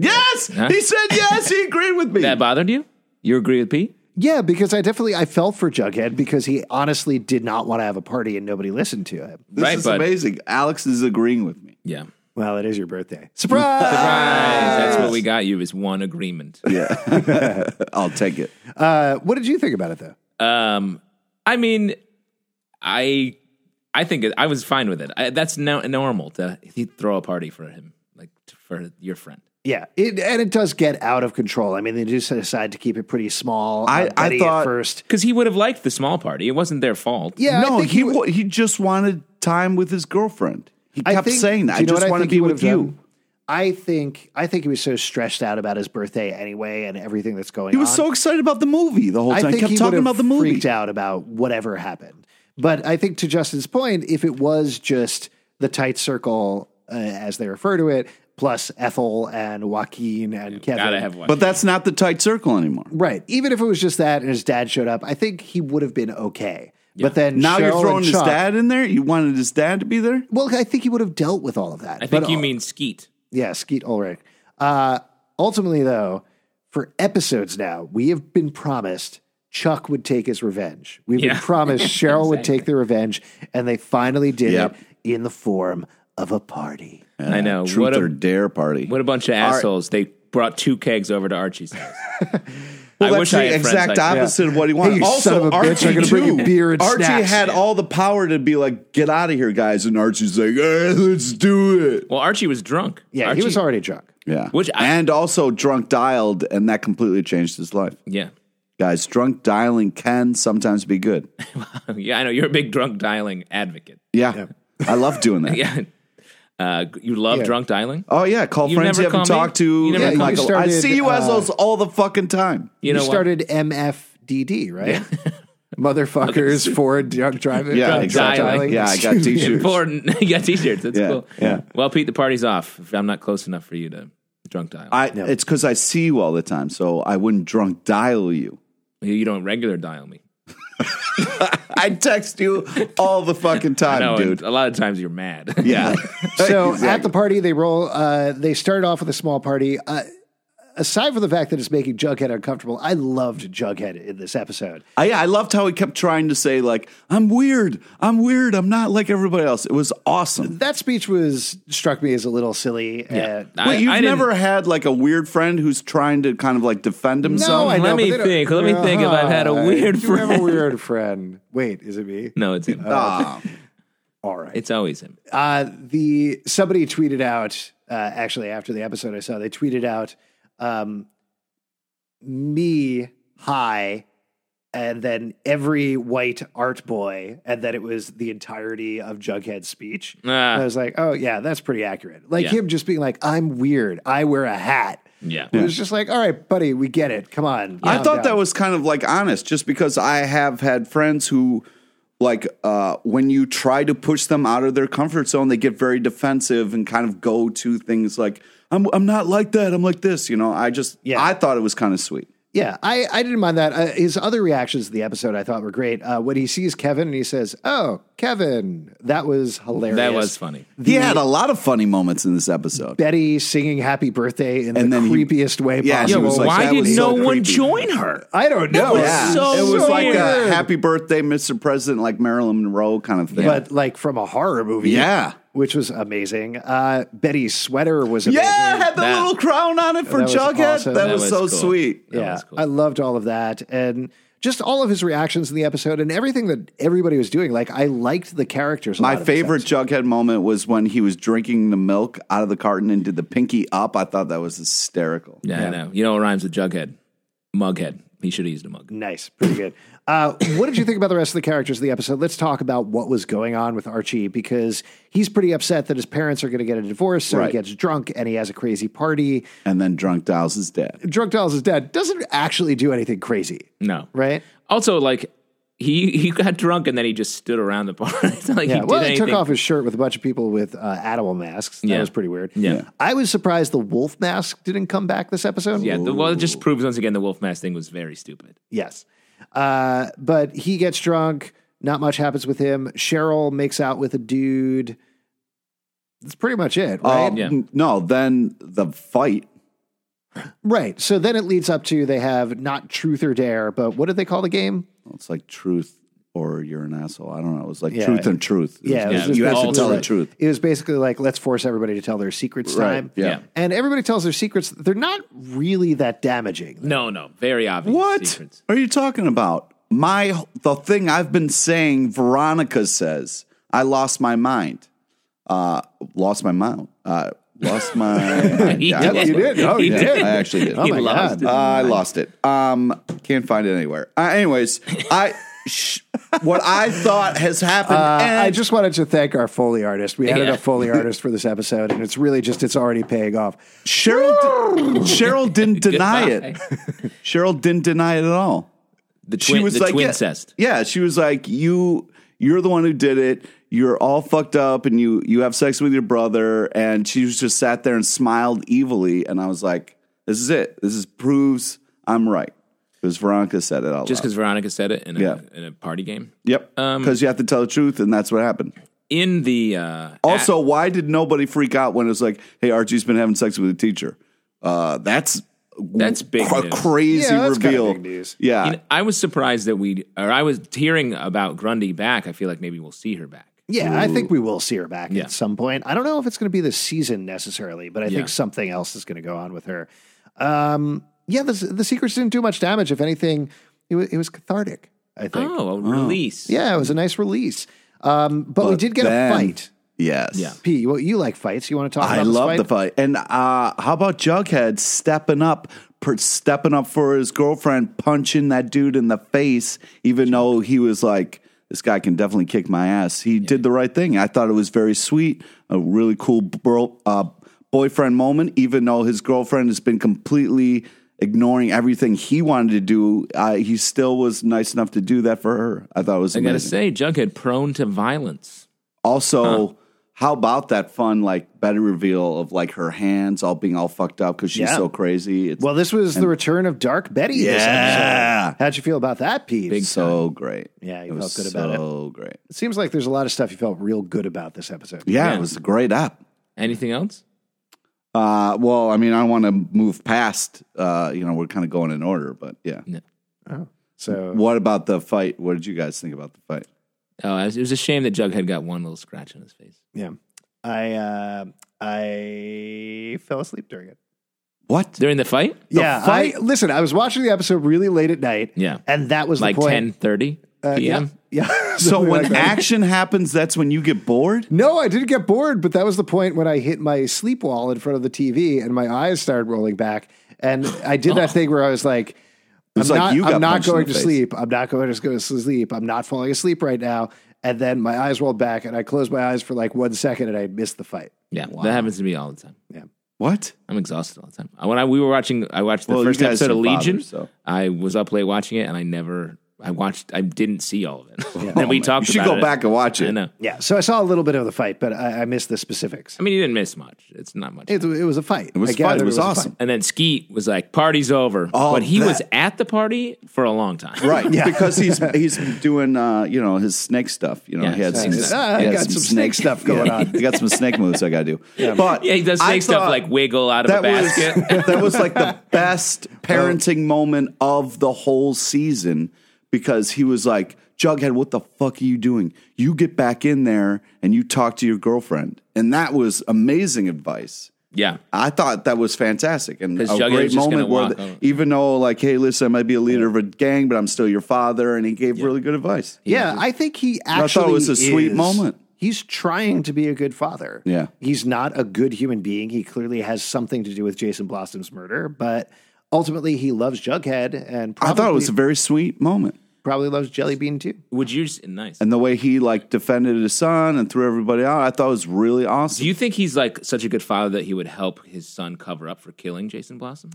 Speaker 3: Yes, he said yes. He agreed with me.
Speaker 2: that bothered you. You agree with Pete?
Speaker 1: Yeah, because I definitely I felt for Jughead because he honestly did not want to have a party and nobody listened to him.
Speaker 3: this
Speaker 2: right,
Speaker 3: is
Speaker 2: but-
Speaker 3: amazing. Alex is agreeing with me.
Speaker 2: Yeah.
Speaker 1: Well, it is your birthday. Surprise!
Speaker 2: Surprise! That's what we got you is one agreement.
Speaker 3: I'll take it.
Speaker 1: uh, what did you think about it, though?
Speaker 2: Um, I mean, I I think it, I was fine with it. I, that's no, normal to he'd throw a party for him, like t- for your friend.
Speaker 1: Yeah, it, and it does get out of control. I mean, they do decide to keep it pretty small.
Speaker 3: I-
Speaker 1: uh,
Speaker 3: I
Speaker 1: Betty at
Speaker 3: thought-
Speaker 1: first.
Speaker 2: Because he would have liked the small party. It wasn't their fault.
Speaker 1: Yeah, I
Speaker 3: no,
Speaker 1: think
Speaker 3: he
Speaker 1: would-
Speaker 3: wa- he just wanted time with his girlfriend. He
Speaker 1: I
Speaker 3: kept
Speaker 1: think-
Speaker 3: saying that.
Speaker 1: do you know
Speaker 3: I
Speaker 1: what
Speaker 3: just want to
Speaker 1: think he
Speaker 3: be
Speaker 1: would've
Speaker 3: with you.
Speaker 1: done? I think I think he was so stressed out about his birthday anyway, and everything that's going.
Speaker 3: He was
Speaker 1: on.
Speaker 3: so excited about the movie the whole
Speaker 1: I
Speaker 3: time.
Speaker 1: think
Speaker 3: kept
Speaker 1: he
Speaker 3: talking
Speaker 1: would've
Speaker 3: about the movie.
Speaker 1: Freaked out about whatever happened. But I think to Justin's point, if it was just the tight circle, uh, as they refer to it, plus Ethel and Joaquin and Kevin,
Speaker 2: Gotta have one.
Speaker 3: But that's not the tight circle anymore.
Speaker 1: Right. Even if it was just that and his dad showed up, I think he would have been okay. But then
Speaker 3: Now
Speaker 1: Cheryl
Speaker 3: you're
Speaker 1: and
Speaker 3: throwing his
Speaker 1: Chuck-
Speaker 3: dad in there. You wanted his dad to be there.
Speaker 1: Well, I think he would have dealt with all of that. uh,
Speaker 2: I think
Speaker 3: uh,
Speaker 2: you mean Skeet.
Speaker 1: yeah, Skeet Ulrich. Uh, ultimately, though, for episodes now, we have been promised Chuck would take his revenge. We've been
Speaker 2: Yeah.
Speaker 1: promised Cheryl would take their revenge, and they finally did
Speaker 3: Yep.
Speaker 1: it in the form of a party.
Speaker 2: I know.
Speaker 3: Truth
Speaker 2: Uh, What a,
Speaker 3: or dare party.
Speaker 2: what a bunch of assholes. They brought two kegs over to Archie's house. I
Speaker 3: Well, that's
Speaker 2: wish
Speaker 3: the
Speaker 2: I had
Speaker 3: exact
Speaker 2: friends like that.
Speaker 3: opposite of what he wanted.
Speaker 1: Hey, you
Speaker 3: also,
Speaker 1: son of a
Speaker 3: Archie
Speaker 1: bitch, I'm gonna bring you
Speaker 3: too.
Speaker 1: beer and
Speaker 3: Archie
Speaker 1: snacks.
Speaker 3: had all the power to be like, "Get out of here, guys!" And Archie's like, eh, "Let's do it."
Speaker 2: Well, Archie was drunk.
Speaker 1: Yeah,
Speaker 2: Archie,
Speaker 1: he was already drunk.
Speaker 3: Yeah,
Speaker 2: Which I-
Speaker 3: and also drunk dialed, and that completely changed his life.
Speaker 2: Yeah.
Speaker 3: Guys, drunk dialing can sometimes be good.
Speaker 2: Yeah, I know. You're a big drunk dialing advocate.
Speaker 3: Yeah, I love doing that.
Speaker 2: Yeah. Uh, you love drunk dialing?
Speaker 3: Oh yeah, call
Speaker 2: You
Speaker 3: friends
Speaker 2: never
Speaker 3: you haven't
Speaker 2: call me?
Speaker 3: talked to.
Speaker 2: You never
Speaker 3: and,
Speaker 2: call
Speaker 3: like,
Speaker 1: me? You
Speaker 3: I
Speaker 1: started,
Speaker 3: see you
Speaker 1: uh,
Speaker 3: as those all the fucking time.
Speaker 2: You know
Speaker 1: You
Speaker 2: what?
Speaker 1: started MFDD, right? Motherfuckers for drunk driving.
Speaker 3: Yeah,
Speaker 1: drunk
Speaker 3: exactly.
Speaker 1: dialing.
Speaker 3: Yeah, I got
Speaker 1: Excuse me.
Speaker 3: t-shirts.
Speaker 2: Important. you got t-shirts. That's
Speaker 3: Yeah,
Speaker 2: cool.
Speaker 3: yeah.
Speaker 2: Well, Pete, the party's off. If I'm not close enough for you to drunk dial.
Speaker 3: I it's because I see you all the time, so I wouldn't drunk dial you.
Speaker 2: you don't regular dial me.
Speaker 3: I text you all the fucking time,
Speaker 2: No,
Speaker 3: dude.
Speaker 2: and a lot of times you're mad.
Speaker 3: Yeah.
Speaker 1: So at the party, they roll. Uh, they start off with a small party. Uh, aside from the fact that it's making Jughead uncomfortable, I loved Jughead in this episode.
Speaker 3: I, I loved how he kept trying to say like, "I'm weird. I'm weird. I'm not like everybody else." It was awesome.
Speaker 1: That speech was struck me as a little silly. Yeah. Uh,
Speaker 2: I-
Speaker 3: Wait, you've
Speaker 2: I didn't-
Speaker 3: never had like a weird friend who's trying to kind of like defend himself?
Speaker 1: I
Speaker 2: let
Speaker 1: know,
Speaker 2: me
Speaker 1: but they don't-
Speaker 2: think. Let me think if I've had a
Speaker 1: Uh,
Speaker 2: weird
Speaker 1: you have
Speaker 2: friend.
Speaker 1: a weird friend. Wait, is it me?
Speaker 2: No, it's him.
Speaker 3: Ah,
Speaker 1: All right.
Speaker 2: It's always him.
Speaker 1: Uh, the somebody tweeted out uh, actually after the episode I saw they tweeted out um, me hi and then every white art boy and then it was the entirety of Jughead's speech.
Speaker 2: Ah.
Speaker 1: And I was like, oh yeah, that's pretty accurate. Like
Speaker 2: Yeah.
Speaker 1: him just being like, I'm weird. I wear a hat.
Speaker 2: Yeah.
Speaker 1: It was just like, all right, buddy, we get it. Come on.
Speaker 3: I
Speaker 1: calm
Speaker 3: thought
Speaker 1: down."
Speaker 3: that was kind of like honest, just because I have had friends who, like, uh, when you try to push them out of their comfort zone, they get very defensive and kind of go to things like, "I'm I'm not like that. I'm like this." You know, I just
Speaker 1: Yeah.
Speaker 3: I thought it was kind of sweet.
Speaker 1: Yeah, I, I didn't mind that. Uh, his other reactions to the episode I thought were great. Uh, when he sees Kevin and he says, "Oh, Kevin," that was hilarious.
Speaker 2: That was funny.
Speaker 3: he had a lot of funny moments in this episode.
Speaker 1: Betty singing "Happy Birthday" in
Speaker 3: And
Speaker 1: the
Speaker 3: then he-
Speaker 1: creepiest way
Speaker 3: Yeah, he
Speaker 1: possible.
Speaker 3: was like,
Speaker 2: Why
Speaker 3: that
Speaker 2: did
Speaker 3: was
Speaker 2: no
Speaker 3: so
Speaker 2: one
Speaker 3: creepy. Oh,
Speaker 2: join her?
Speaker 1: I don't know.
Speaker 2: was Yeah. so
Speaker 3: it was like uh, a
Speaker 1: weird.
Speaker 3: happy birthday, Mr. President, like Marilyn Monroe kind of thing.
Speaker 1: but like from a horror movie.
Speaker 3: Yeah.
Speaker 1: which was amazing. Uh, Betty's sweater was amazing.
Speaker 3: yeah, it had the
Speaker 2: That-
Speaker 3: little crown on it for
Speaker 1: That was
Speaker 3: Jughead.
Speaker 1: awesome.
Speaker 3: That,
Speaker 1: That
Speaker 3: was,
Speaker 2: was
Speaker 3: so
Speaker 2: cool.
Speaker 3: sweet.
Speaker 2: That
Speaker 1: yeah,
Speaker 2: was cool.
Speaker 1: I loved all of that and. Just all of his reactions in the episode and everything that everybody was doing. Like, I liked the characters. a lot
Speaker 3: My
Speaker 1: of this
Speaker 3: favorite Jughead moment was when he was drinking the milk out of the carton and did the pinky up. I thought that was hysterical.
Speaker 2: Yeah, I know. You know what rhymes with Jughead? Mughead. He should have used a mug.
Speaker 1: Nice, pretty good. Uh, what did you think about the rest of the characters of the episode? Let's talk about what was going on with Archie because he's pretty upset that his parents are going to get a divorce, so he
Speaker 3: Right.
Speaker 1: gets drunk and he has a crazy party.
Speaker 3: And then drunk dials his dad.
Speaker 1: Drunk Dolls is dead. Doesn't actually do anything crazy,
Speaker 2: No.
Speaker 1: right?
Speaker 2: Also, like, he, he got drunk and then he just stood around the bar. It's not like he
Speaker 1: Yeah.
Speaker 2: did
Speaker 1: well, he
Speaker 2: anything.
Speaker 1: took off his shirt with a bunch of people with uh, animal masks. That
Speaker 2: Yeah.
Speaker 1: was pretty weird.
Speaker 2: Yeah.
Speaker 1: I was surprised the wolf mask didn't come back this episode.
Speaker 2: Yeah, the, well, it just proves once again the wolf mask thing was very stupid.
Speaker 1: Yes. Uh, but he gets drunk. Not much happens with him. Cheryl makes out with a dude. That's pretty much it, right?
Speaker 3: Um,
Speaker 2: Yeah.
Speaker 3: No, then the fight.
Speaker 1: Right. So then it leads up to they have not truth or dare, but what did they call the game?
Speaker 3: It's like truth or you're an asshole. I don't know. It was like
Speaker 1: Yeah.
Speaker 3: truth and truth. It
Speaker 1: Yeah,
Speaker 3: was-
Speaker 1: it was just
Speaker 3: you have to
Speaker 1: basically
Speaker 3: tell the
Speaker 1: like-
Speaker 3: truth.
Speaker 1: It was basically like let's force everybody to tell their secrets
Speaker 3: Right,
Speaker 1: time.
Speaker 3: yeah.
Speaker 2: Yeah.
Speaker 1: And everybody tells their secrets. They're not really that damaging.
Speaker 2: No, no, very obvious.
Speaker 3: What
Speaker 2: secrets.
Speaker 3: are you talking about? My the thing I've been saying. Veronica says I lost my mind. Uh, lost my mind. Uh, lost my.
Speaker 2: He
Speaker 3: Yeah, I lost
Speaker 1: you
Speaker 3: my-
Speaker 1: did. Oh, you
Speaker 3: yeah,
Speaker 1: did.
Speaker 3: I actually did.
Speaker 1: Oh
Speaker 2: He
Speaker 1: my
Speaker 2: lost
Speaker 1: God.
Speaker 3: Uh, I lost it. Um, can't find it anywhere. Uh, anyways, I sh- what I thought has happened.
Speaker 1: Uh,
Speaker 3: and
Speaker 1: I just wanted to thank our Foley artist. We added
Speaker 2: Yeah.
Speaker 1: a Foley artist for this episode, and it's really just, it's already paying off.
Speaker 3: Cheryl. di- Cheryl didn't deny it.
Speaker 2: Goodbye.
Speaker 3: Cheryl didn't deny it at all.
Speaker 2: The twin, the twin
Speaker 3: yeah,
Speaker 2: cest.
Speaker 3: Yeah, she was like, you, you're the one who did it. You're all fucked up, and you you have sex with your brother. And she was just sat there and smiled evilly. And I was like, this is it. This is proves I'm right because Veronica said it all.
Speaker 2: Just um, because Veronica said it in a,
Speaker 3: Yeah.
Speaker 2: in a party game.
Speaker 3: yep, because you have to tell the truth, and that's what happened.
Speaker 2: In the uh,
Speaker 3: Also, why did nobody freak out when it was like, hey, Archie's been having sex with a teacher? Uh, that's
Speaker 2: That's big
Speaker 3: a
Speaker 2: news.
Speaker 3: crazy
Speaker 1: Yeah, that's kinda
Speaker 3: reveal.
Speaker 1: big news.
Speaker 3: Yeah,
Speaker 2: You know, I was surprised that we, or I was hearing about Grundy back. I feel like maybe we'll see her back.
Speaker 1: Yeah, I think we will see her back at some point. I don't know if it's going to be this season necessarily, but I
Speaker 2: Yeah.
Speaker 1: think something else is going to go on with her. Um, yeah, the, the secrets didn't do much damage. If anything, it was, it was cathartic, I think.
Speaker 2: Oh, a release.
Speaker 1: Yeah, it was a nice release. Um, but, we
Speaker 3: But
Speaker 1: did get
Speaker 3: then-
Speaker 1: a fight.
Speaker 3: Yes.
Speaker 2: Yeah.
Speaker 1: P, well, you like fights. You want to talk about
Speaker 3: I
Speaker 1: this
Speaker 3: love
Speaker 1: fight?
Speaker 3: the fight. And uh, how about Jughead stepping up, per, stepping up for his girlfriend, punching that dude in the face, even though he was like, this guy can definitely kick my ass. He did the right thing. I thought it was very sweet, a really cool bro, uh, boyfriend moment, even though his girlfriend has been completely ignoring everything he wanted to do. Uh, he still was nice enough to do that for her. I thought it was
Speaker 2: I gotta
Speaker 3: amazing.
Speaker 2: say, Jughead prone to violence.
Speaker 3: Also, how about that fun like better reveal of like her hands all being all fucked up because she's
Speaker 1: Yeah.
Speaker 3: so crazy? It's
Speaker 1: Well, this was the return of Dark Betty. This
Speaker 3: Yeah.
Speaker 1: episode. How'd you feel about that, Pete?
Speaker 3: so great.
Speaker 1: Yeah, you
Speaker 3: it was
Speaker 1: felt good about it.
Speaker 3: So great.
Speaker 1: It seems like there's a lot of stuff you felt real good about this episode.
Speaker 3: Yeah,
Speaker 2: Yeah.
Speaker 3: it was a great app.
Speaker 2: Anything else?
Speaker 3: Uh, well, I mean, I want to move past. Uh, you know, we're kind of going in order, but yeah.
Speaker 2: No.
Speaker 1: So
Speaker 3: What about the fight? What did you guys think about the fight?
Speaker 2: Oh, it was- it was a shame that Jughead got one little scratch on his face.
Speaker 1: yeah, I uh, I fell asleep during it.
Speaker 3: What?
Speaker 2: During the fight?
Speaker 1: yeah,
Speaker 3: fight-
Speaker 1: I, listen, I was watching the episode really late at night.
Speaker 2: Yeah.
Speaker 1: and that was
Speaker 2: Like
Speaker 1: the point. Uh,
Speaker 2: ten thirty
Speaker 1: yeah,
Speaker 2: p.m.?
Speaker 1: yeah.
Speaker 3: So
Speaker 1: Something
Speaker 3: when
Speaker 1: like that.
Speaker 3: action happens, that's when you get bored.
Speaker 1: no, I didn't get bored, but that was the point when I hit my sleep wall in front of the TV and my eyes started rolling back, and I did that thing where I was like. I'm
Speaker 3: Oh. was like
Speaker 1: not,
Speaker 3: you got
Speaker 1: I'm not
Speaker 3: punched in
Speaker 1: going
Speaker 3: the
Speaker 1: to
Speaker 3: face.
Speaker 1: sleep. I'm not going to go to sleep. I'm not falling asleep right now. And then my eyes rolled back and I closed my eyes for like one second and I missed the fight.
Speaker 2: Yeah, that happens to me all the time.
Speaker 3: What?
Speaker 2: I'm exhausted all the time. When I, we were watching, I watched the
Speaker 3: Well, you
Speaker 2: first
Speaker 3: guys
Speaker 2: episode of
Speaker 3: are fathers,
Speaker 2: Legion.
Speaker 3: so.
Speaker 2: I was up late watching it, and I never, I watched, I didn't see all of it. then we
Speaker 3: Oh, man.
Speaker 2: talked.
Speaker 3: You should
Speaker 2: about
Speaker 3: go back and watch it.
Speaker 2: I know.
Speaker 1: Yeah, so I saw a little bit of the fight, but I, I missed the specifics.
Speaker 2: I mean, you didn't miss much. It's not much.
Speaker 1: It, it was a fight.
Speaker 3: It was
Speaker 1: I
Speaker 3: fun.
Speaker 1: gathered
Speaker 3: It was,
Speaker 1: a
Speaker 3: awesome.
Speaker 2: And then Skeet was like, "Party's over,"
Speaker 3: Oh,
Speaker 2: but he
Speaker 3: that-
Speaker 2: was at the party for a long time.
Speaker 3: Right,
Speaker 1: Yeah.
Speaker 3: because he's he's doing uh, you know his snake stuff. You know
Speaker 2: Yeah,
Speaker 3: he had some,
Speaker 2: snake
Speaker 1: stuff. Ah,
Speaker 3: he
Speaker 1: I
Speaker 3: had
Speaker 1: got some snake stuff going
Speaker 3: yeah,
Speaker 1: on.
Speaker 3: He got some snake moves I got to do. But
Speaker 2: Yeah, he does
Speaker 3: I
Speaker 2: snake stuff
Speaker 3: thought
Speaker 2: like wiggle out of a
Speaker 3: that
Speaker 2: basket.
Speaker 3: was that was like the best parenting moment of the whole season because he was like Jughead, what the fuck are you doing? You get back in there and you talk to your girlfriend, and that was amazing advice.
Speaker 2: yeah,
Speaker 3: I thought that was fantastic and a
Speaker 2: 'Cause Jughead was
Speaker 3: great
Speaker 2: just gonna
Speaker 3: moment where,
Speaker 2: walk
Speaker 3: the-
Speaker 2: over.
Speaker 3: even though like, hey, listen, I might be a leader of a gang, but I'm still your father, and he gave really good advice.
Speaker 1: Yeah, I think he actually.
Speaker 3: thought it was a sweet
Speaker 1: is-
Speaker 3: moment.
Speaker 1: He's trying to be a good father.
Speaker 3: Yeah.
Speaker 1: he's not a good human being. He clearly has something to do with Jason Blossom's murder, but ultimately he loves Jughead and
Speaker 3: I
Speaker 1: probably,
Speaker 3: thought it was a very sweet moment,
Speaker 1: probably loves Jelly Bean too.
Speaker 2: would you? s- Nice.
Speaker 3: and the way he like defended his son and threw everybody out, I thought it was really awesome.
Speaker 2: Do you think he's like such a good father that he would help his son cover up for killing Jason Blossom?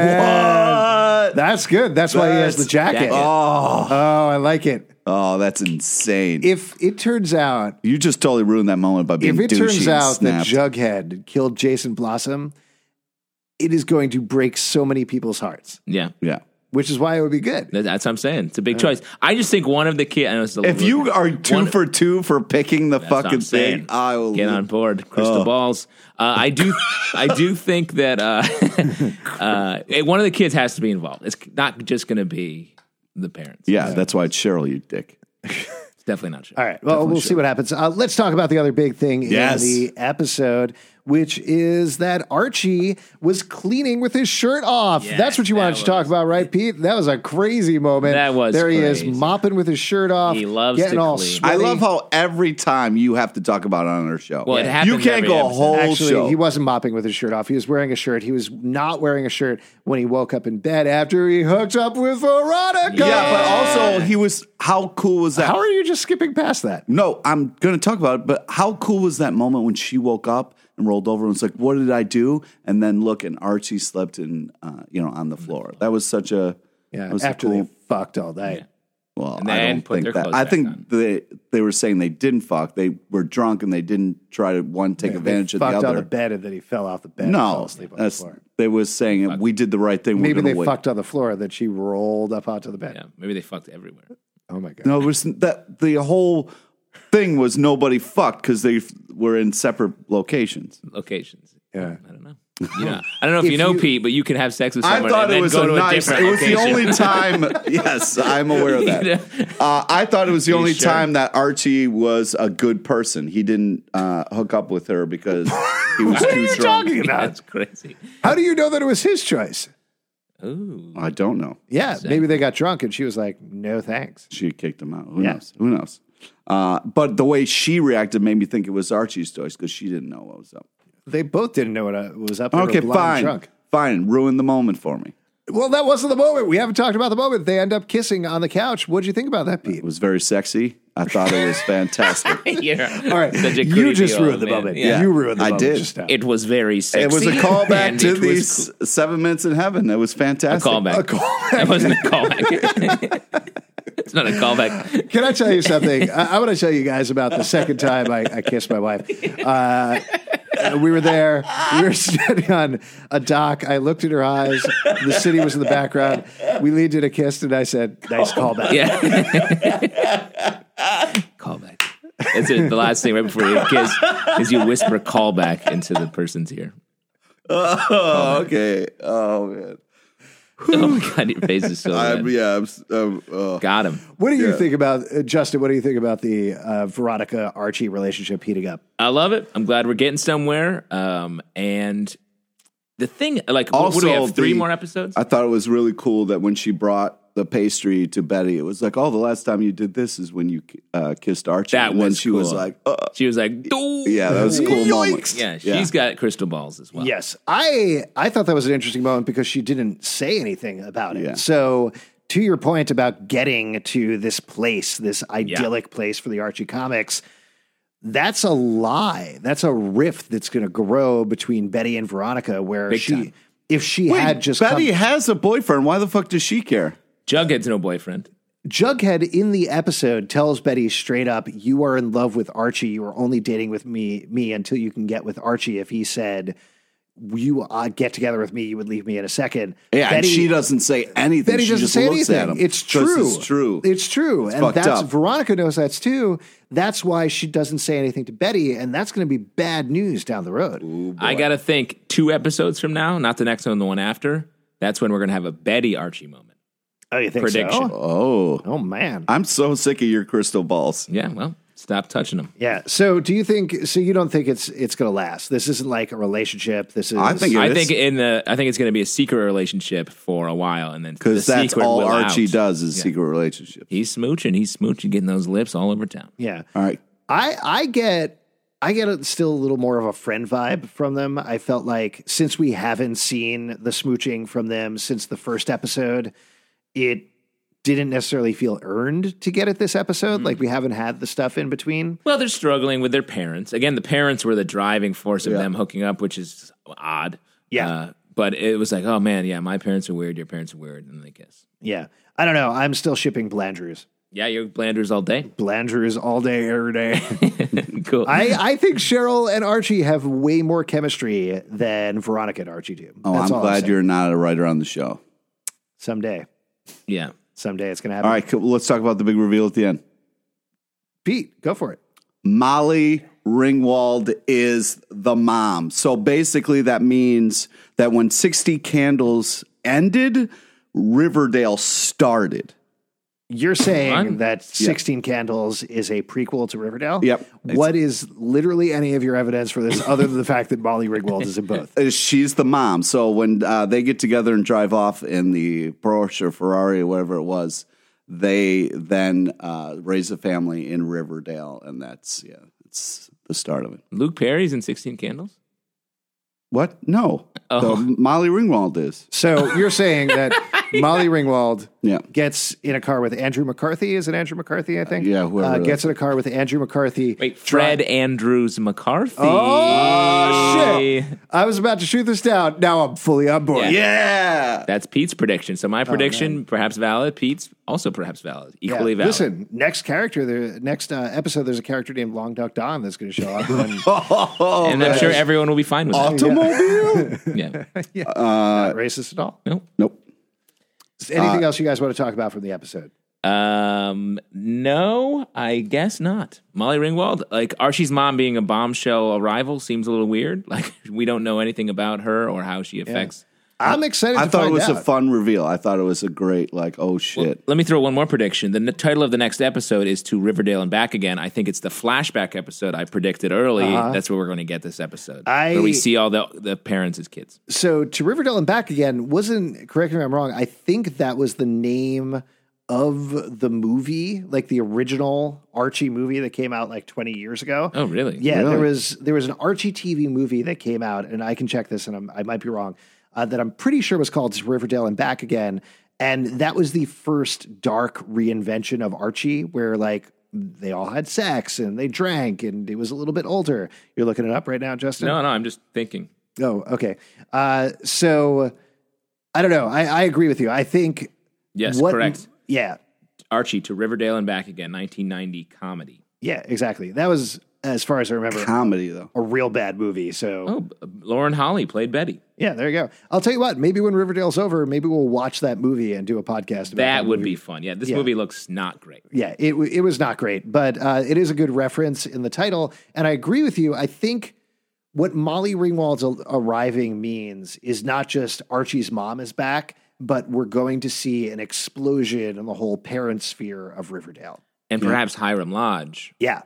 Speaker 3: What?
Speaker 1: That's good. That's, why he has the jacket.
Speaker 2: jacket.
Speaker 1: Oh, I like it.
Speaker 3: Oh, that's insane!
Speaker 1: If it turns out
Speaker 3: you just totally ruined that moment by being
Speaker 1: if it
Speaker 3: douchey
Speaker 1: turns
Speaker 3: and
Speaker 1: out that
Speaker 3: snapped.
Speaker 1: Jughead killed Jason Blossom, it is going to break so many people's hearts,
Speaker 2: Yeah.
Speaker 3: yeah.
Speaker 1: which is why it would be good.
Speaker 2: That- That's what I'm saying. It's a big choice. I just think one of the kids. Know it's a
Speaker 3: If
Speaker 2: little-
Speaker 3: you are two
Speaker 2: one-
Speaker 3: for two for picking the
Speaker 2: That's what
Speaker 3: fucking
Speaker 2: I'm saying.
Speaker 3: thing, I will
Speaker 2: get on board. Crystal balls. Uh, I do. I do think that uh, uh, eh, one of the kids has to be involved. It's not just going to be the parents.
Speaker 3: Yeah, that's why it's Cheryl, you dick.
Speaker 2: It's definitely not Cheryl.
Speaker 1: All right. Well, we'll see what happens. Uh, let's talk about the other big thing
Speaker 3: Yes.
Speaker 1: in the episode, which is that Archie was cleaning with his shirt off.
Speaker 2: Yeah,
Speaker 1: That's what you wanted
Speaker 2: that
Speaker 1: to talk
Speaker 2: was-
Speaker 1: about, right, Pete? That was a crazy moment.
Speaker 2: That was
Speaker 1: There he
Speaker 2: crazy.
Speaker 1: is, mopping with his shirt off.
Speaker 2: He loves
Speaker 1: getting
Speaker 2: to
Speaker 1: all
Speaker 2: clean.
Speaker 1: sweaty.
Speaker 3: I love how every time you have to talk about it on our show.
Speaker 2: Well, it happens
Speaker 3: You can't
Speaker 2: every
Speaker 3: go a
Speaker 2: episode.
Speaker 3: whole
Speaker 1: Actually,
Speaker 3: show.
Speaker 1: he wasn't mopping with his shirt off. He was wearing a shirt. He was not wearing a shirt when he woke up in bed after he hooked up with Veronica.
Speaker 3: yeah, but also he was. How cool was that?
Speaker 1: how are you just skipping past that?
Speaker 3: No, I'm going to talk about it, but how cool was that moment when she woke up and rolled over and was like, "What did I do?" And then look, and Archie slept in, uh, you know, on the floor. That was such a
Speaker 1: Yeah,
Speaker 3: that was a
Speaker 1: after
Speaker 3: cool-
Speaker 1: they fucked all night.
Speaker 3: well,
Speaker 2: they
Speaker 3: I don't
Speaker 2: hadn't put
Speaker 3: think
Speaker 2: their
Speaker 3: that.
Speaker 2: clothes
Speaker 3: I
Speaker 2: back on.
Speaker 3: think they they were saying they didn't fuck. They were drunk and they didn't try to one take
Speaker 1: They
Speaker 3: advantage of the
Speaker 1: fucked
Speaker 3: other.
Speaker 1: on the bed and then he fell off the bed. and fell
Speaker 3: no,
Speaker 1: asleep on the
Speaker 3: that's,
Speaker 1: floor.
Speaker 3: they were saying we did the right thing.
Speaker 1: Maybe
Speaker 3: we're
Speaker 1: they
Speaker 3: gonna wait.
Speaker 1: fucked on the floor that she rolled up onto the bed.
Speaker 2: Yeah, maybe they fucked everywhere.
Speaker 1: Oh my god.
Speaker 3: No, it was that the whole thing was nobody fucked because they f- were in separate locations.
Speaker 2: Locations.
Speaker 1: Yeah.
Speaker 2: I don't know. Yeah, I don't know if, you know
Speaker 1: you-
Speaker 2: Pete, but you can have sex with
Speaker 3: I
Speaker 2: someone and
Speaker 3: thought it
Speaker 2: then
Speaker 3: was
Speaker 2: go
Speaker 3: a
Speaker 2: to a
Speaker 3: nice.
Speaker 2: different
Speaker 3: It was the
Speaker 2: location.
Speaker 3: only time. yes, I'm aware of
Speaker 2: You
Speaker 3: that. Uh, I thought it was the only
Speaker 2: sure?
Speaker 3: time that Archie was a good person. He didn't uh, hook up with her because he
Speaker 1: What
Speaker 3: was
Speaker 1: are
Speaker 3: too
Speaker 1: you
Speaker 3: drunk.
Speaker 1: talking about?
Speaker 2: That's crazy.
Speaker 1: How do you know that it was his choice?
Speaker 2: Ooh,
Speaker 3: I don't know.
Speaker 1: Yeah, maybe they got drunk and she was like, "No thanks."
Speaker 3: She kicked him out. Who
Speaker 1: Yeah.
Speaker 3: knows? Who knows? Uh, but the way she reacted made me think it was Archie's choice because she didn't know what was up.
Speaker 1: They both didn't know what uh, was up. They were
Speaker 3: Okay,
Speaker 1: blind
Speaker 3: fine,
Speaker 1: Drunk.
Speaker 3: fine. Ruined the moment for me.
Speaker 1: Well, that wasn't the moment. We haven't talked about the moment. They end up kissing on the couch. What'd you think about that, Pete?
Speaker 3: It was very sexy. I thought it was fantastic.
Speaker 2: you're
Speaker 1: All right,
Speaker 2: such a
Speaker 1: you
Speaker 2: creepy
Speaker 1: just
Speaker 2: old
Speaker 1: ruined the
Speaker 2: man.
Speaker 1: moment.
Speaker 2: Yeah.
Speaker 1: You ruined the
Speaker 3: I
Speaker 1: moment.
Speaker 3: did.
Speaker 1: Just now.
Speaker 2: It was very sexy.
Speaker 3: It was a
Speaker 2: and
Speaker 3: callback to
Speaker 2: it was
Speaker 3: these seven minutes in heaven. It was fantastic.
Speaker 2: cool. callback. That wasn't a callback. it's not a callback.
Speaker 1: Can I tell you something? I, I want to tell you guys about the second time I, I kissed my wife. Uh, uh, we were there. We were standing on a dock. I looked at her eyes. The city was in the background. We leaned in a kiss, and I said, "Nice callback."
Speaker 2: Yeah. callback. That's it, the last thing right before you kiss is you whisper callback into the person's ear.
Speaker 3: Oh, okay. Oh man.
Speaker 2: Oh my god, your face is so
Speaker 3: I'm,
Speaker 2: red.
Speaker 3: yeah. I'm, s- I'm, uh,
Speaker 2: Got him.
Speaker 1: What do you think about uh, Justin? What do you think about the uh, Veronica Archie relationship heating up?
Speaker 2: I love it. I'm glad we're getting somewhere. Um, and the thing, like, what- what do we
Speaker 3: Also,
Speaker 2: have? Three
Speaker 3: the-
Speaker 2: more episodes?
Speaker 3: I thought it was really cool that when she brought the pastry to Betty, it was like, "Oh, the last time you did this is when you uh, kissed Archie."
Speaker 2: That
Speaker 3: and then
Speaker 2: was
Speaker 3: she was
Speaker 2: cool.
Speaker 3: like, uh,
Speaker 2: she was like, "Dude."
Speaker 3: "Yeah, that was a cool moment."
Speaker 2: Yeah, she's
Speaker 3: yeah.
Speaker 2: got crystal balls as well.
Speaker 1: Yes, I I thought that was an interesting moment because she didn't say anything about it.
Speaker 3: Yeah.
Speaker 1: So to your point about getting to this place, this idyllic place for the Archie comics, that's a lie. That's a rift that's going to grow between Betty and Veronica. Where she,
Speaker 2: time.
Speaker 1: if she
Speaker 3: Wait,
Speaker 1: had just
Speaker 3: Betty
Speaker 1: come,
Speaker 3: has a boyfriend. Why the fuck does she care?
Speaker 2: Jughead's no boyfriend.
Speaker 1: Jughead in the episode tells Betty straight up, "You are in love with Archie. You are only dating with me, me until you can get with Archie." If he said. You uh, get together with me, you would leave me in a second.
Speaker 3: Yeah, and
Speaker 1: Betty-
Speaker 3: she doesn't say anything.
Speaker 1: Betty
Speaker 3: she
Speaker 1: doesn't
Speaker 3: just
Speaker 1: say
Speaker 3: looks
Speaker 1: anything.
Speaker 3: at him.
Speaker 1: It's
Speaker 3: This
Speaker 1: true.
Speaker 3: is true.
Speaker 1: It's true. and
Speaker 3: fucked
Speaker 1: that's
Speaker 3: up.
Speaker 1: Veronica knows that's too. That's why she doesn't say anything to Betty, and that's going to be bad news down the road.
Speaker 2: I gotta think two episodes from now, not the next one, the one after. That's when we're gonna have a Betty Archie moment.
Speaker 1: Oh, you think
Speaker 2: Prediction.
Speaker 1: so?
Speaker 3: oh,
Speaker 1: Oh man.
Speaker 3: I'm so sick of your crystal balls.
Speaker 2: Yeah, well, stop touching them.
Speaker 1: Yeah. So, do you think? So, you don't think it's it's going to last? This isn't like a relationship. This is.
Speaker 3: I think
Speaker 2: I
Speaker 3: Yes.
Speaker 2: think in the I think it's gonna be a secret relationship for a while, and then
Speaker 3: Because
Speaker 2: the
Speaker 3: that's
Speaker 2: secret
Speaker 3: all
Speaker 2: will
Speaker 3: Archie
Speaker 2: out.
Speaker 3: does is secret relationships.
Speaker 2: He's smooching, he's smooching, getting those lips all over town.
Speaker 1: Yeah.
Speaker 3: All right.
Speaker 1: I I get I get a, still a little more of a friend vibe from them. I felt like since we haven't seen the smooching from them since the first episode, it didn't necessarily feel earned to get it this episode.
Speaker 3: Hmm.
Speaker 1: Like we haven't had the stuff in between.
Speaker 2: Well, they're struggling with their parents. Again, the parents were the driving force of them hooking up, which is odd. Uh,
Speaker 1: Yeah.
Speaker 2: but it was like, oh man, yeah, my parents are weird, your parents are weird, and they kiss.
Speaker 1: Yeah. I don't know. I'm still shipping Blandrews.
Speaker 2: Yeah, you're Blanders all day.
Speaker 1: Blandrews all day, every day.
Speaker 2: cool.
Speaker 1: I, I think Cheryl and Archie have way more chemistry than Veronica and Archie do.
Speaker 3: Oh,
Speaker 1: That's
Speaker 3: I'm
Speaker 1: all
Speaker 3: glad
Speaker 1: saying.
Speaker 3: you're not a writer on the show.
Speaker 1: someday.
Speaker 2: yeah.
Speaker 1: Someday it's gonna happen.
Speaker 3: All right, cool. let's talk about the big reveal at the end.
Speaker 1: Pete, go for it.
Speaker 3: Molly Ringwald is the mom. So basically, that means that when 60 Candles ended, Riverdale started.
Speaker 1: You're saying
Speaker 2: Fun.
Speaker 1: that 16 Candles is a prequel to Riverdale?
Speaker 3: Yep.
Speaker 1: What is literally any of your evidence for this other than the fact that Molly Ringwald is in both?
Speaker 3: Uh, She's the mom. So when uh, they get together and drive off in the Porsche or Ferrari or whatever it was, they then uh, raise a family in Riverdale, and that's yeah, it's the start of it.
Speaker 2: Luke Perry's in Sixteen Candles.
Speaker 3: What? No,
Speaker 2: Oh.
Speaker 3: The Molly Ringwald is
Speaker 1: So you're saying that Molly Ringwald
Speaker 3: yeah.
Speaker 1: gets in a car with Andrew McCarthy? Is it Andrew McCarthy, I think?
Speaker 3: Yeah, whoever
Speaker 1: Uh,
Speaker 3: that
Speaker 1: gets in a car with Andrew McCarthy.
Speaker 2: Wait, Fred Andrews McCarthy.
Speaker 1: Oh, shit. I was about to shoot this down. Now I'm fully on board.
Speaker 2: Yeah.
Speaker 3: Yeah,
Speaker 2: That's Pete's prediction. So
Speaker 1: Oh,
Speaker 2: my prediction, perhaps valid. Pete's also perhaps valid.
Speaker 1: Yeah.
Speaker 2: Equally valid.
Speaker 1: Listen, next character, there, next uh, episode, there's a character named Long Duck Don that's going to show up. And,
Speaker 2: and I'm sure everyone will be fine with that. Yeah.
Speaker 3: automobile.
Speaker 1: not racist at all.
Speaker 2: Nope.
Speaker 3: nope.
Speaker 1: Is
Speaker 3: Uh,
Speaker 1: Anything else you guys want to talk about from the episode?
Speaker 2: Um, no, I guess not. Molly Ringwald, like Archie's mom being a bombshell arrival seems a little weird. Like we don't know anything about her or how she affects.
Speaker 1: I'm excited.
Speaker 3: I
Speaker 1: to
Speaker 3: thought it
Speaker 1: find
Speaker 3: was
Speaker 1: out.
Speaker 3: a fun reveal. I thought it was a great like oh shit.
Speaker 2: Let me throw one more prediction. The n- title of the next episode is To Riverdale and Back Again. I think it's the flashback episode I predicted early. That's where we're going to get this episode.
Speaker 1: I-
Speaker 2: where we see all the, the parents as kids.
Speaker 1: so to Riverdale and back again wasn't correct me if I'm wrong. I think that was the name of the movie, like the original Archie movie that came out like 20 years ago.
Speaker 2: Oh, really?
Speaker 1: Yeah, there
Speaker 3: Really?
Speaker 1: was there was an Archie TV movie that came out, and I can check this, and I'm, I might be wrong. Uh, that I'm pretty sure was called Riverdale and Back Again, and that was the first dark reinvention of Archie, where like they all had sex and they drank, and it was a little bit older. You're looking it up right now, Justin.
Speaker 2: No, no, I'm just thinking.
Speaker 1: Oh, okay. Uh, so I don't know. I, I agree with you. I think
Speaker 2: Yes, correct.
Speaker 1: Yeah,
Speaker 2: Archie to Riverdale and Back Again, 1990 comedy.
Speaker 1: yeah, exactly. That was as far as I remember
Speaker 3: Comedy though.
Speaker 1: a real bad movie. So
Speaker 2: Oh, B- Lauren Holly played Betty.
Speaker 1: yeah, there you go. I'll tell you what. Maybe when Riverdale's over, maybe we'll watch that movie and do a podcast. About
Speaker 2: That would
Speaker 1: movie.
Speaker 2: be fun. Yeah, this movie looks not great.
Speaker 1: Yeah, it w- it was not great, but uh, it is a good reference in the title, and I agree with you. I think. What Molly Ringwald's a- arriving means is not just Archie's mom is back, but we're going to see an explosion in the whole parent sphere of Riverdale.
Speaker 2: And perhaps Hiram Lodge
Speaker 1: Yeah.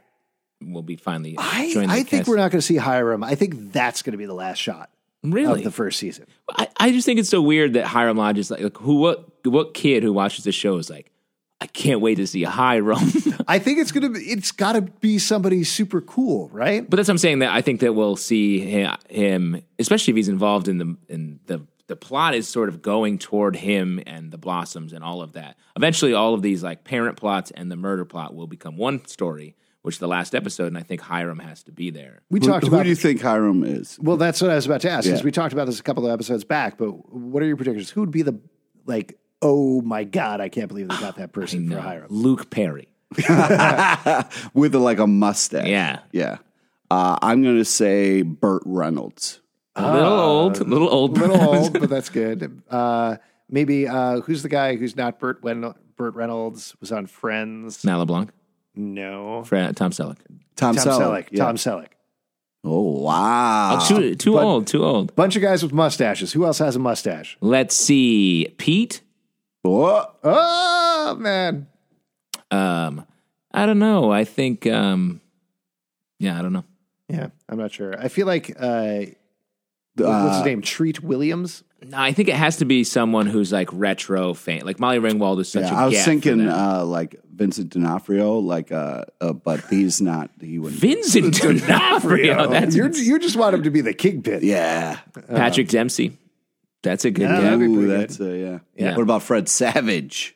Speaker 2: will be finally
Speaker 1: I,
Speaker 2: joining the
Speaker 1: I think
Speaker 2: cast.
Speaker 1: we're not going to see Hiram. I think that's going to be the last shot
Speaker 2: really.
Speaker 1: of the first season.
Speaker 2: I, I just think it's so weird that Hiram Lodge is like, like who what what kid who watches the show is like, I can't wait to see Hiram.
Speaker 1: I think it's going to be, it's got to be somebody super cool, right?
Speaker 2: but that's what I'm saying that I think that we'll see hi- him, especially if he's involved in the in the the plot is sort of going toward him and the blossoms and all of that. Eventually, all of these like parent plots and the murder plot will become one story, which is the last episode, and I think Hiram has to be there.
Speaker 1: We
Speaker 3: Who,
Speaker 1: talked
Speaker 3: who
Speaker 1: about
Speaker 3: do you think Hiram is?
Speaker 1: Well, that's what I was about to ask. Is
Speaker 3: Yeah.
Speaker 1: we talked about this a couple of episodes back, but what are your predictions? Who would be the like oh my god, I can't believe they got that person for Hiram.
Speaker 2: Luke Perry.
Speaker 3: With a, like a mustache.
Speaker 2: Yeah.
Speaker 3: Yeah. Uh, I'm going to say Burt Reynolds.
Speaker 2: A little old, little old,
Speaker 1: A little old, but that's good. Uh maybe uh who's the guy who's not Burt Wen- Burt Reynolds was on Friends?
Speaker 2: Nala Blanc,
Speaker 1: No.
Speaker 2: Fra- Tom Selleck.
Speaker 3: Tom,
Speaker 1: Tom
Speaker 3: Selleck.
Speaker 1: Selleck.
Speaker 3: Yeah.
Speaker 1: Tom Selleck.
Speaker 3: Oh, wow.
Speaker 2: too too old, too old.
Speaker 1: Bunch of guys with mustaches. Who else has a mustache?
Speaker 2: Let's see, Pete.
Speaker 3: Whoa.
Speaker 1: Oh man.
Speaker 2: Um, I don't know. I think, um, yeah, I don't know.
Speaker 1: Yeah, I'm not sure. I feel like uh what- what's his name? Treat Williams.
Speaker 2: No, I think it has to be someone who's like retro fan, like Molly Ringwald is such
Speaker 3: Yeah,
Speaker 2: a.
Speaker 3: I was
Speaker 2: get for
Speaker 3: thinking
Speaker 2: that.
Speaker 3: uh, like Vincent D'Onofrio, like, uh, uh, but he's not. He wouldn't.
Speaker 2: Vincent D'Onofrio. That's
Speaker 1: You're, you just want him to be the kingpin.
Speaker 3: yeah.
Speaker 2: Patrick Dempsey. That's a good guess.
Speaker 1: Oh, that'd be
Speaker 3: Ooh,
Speaker 1: pretty
Speaker 3: that's a, yeah.
Speaker 2: Yeah.
Speaker 3: What about Fred Savage?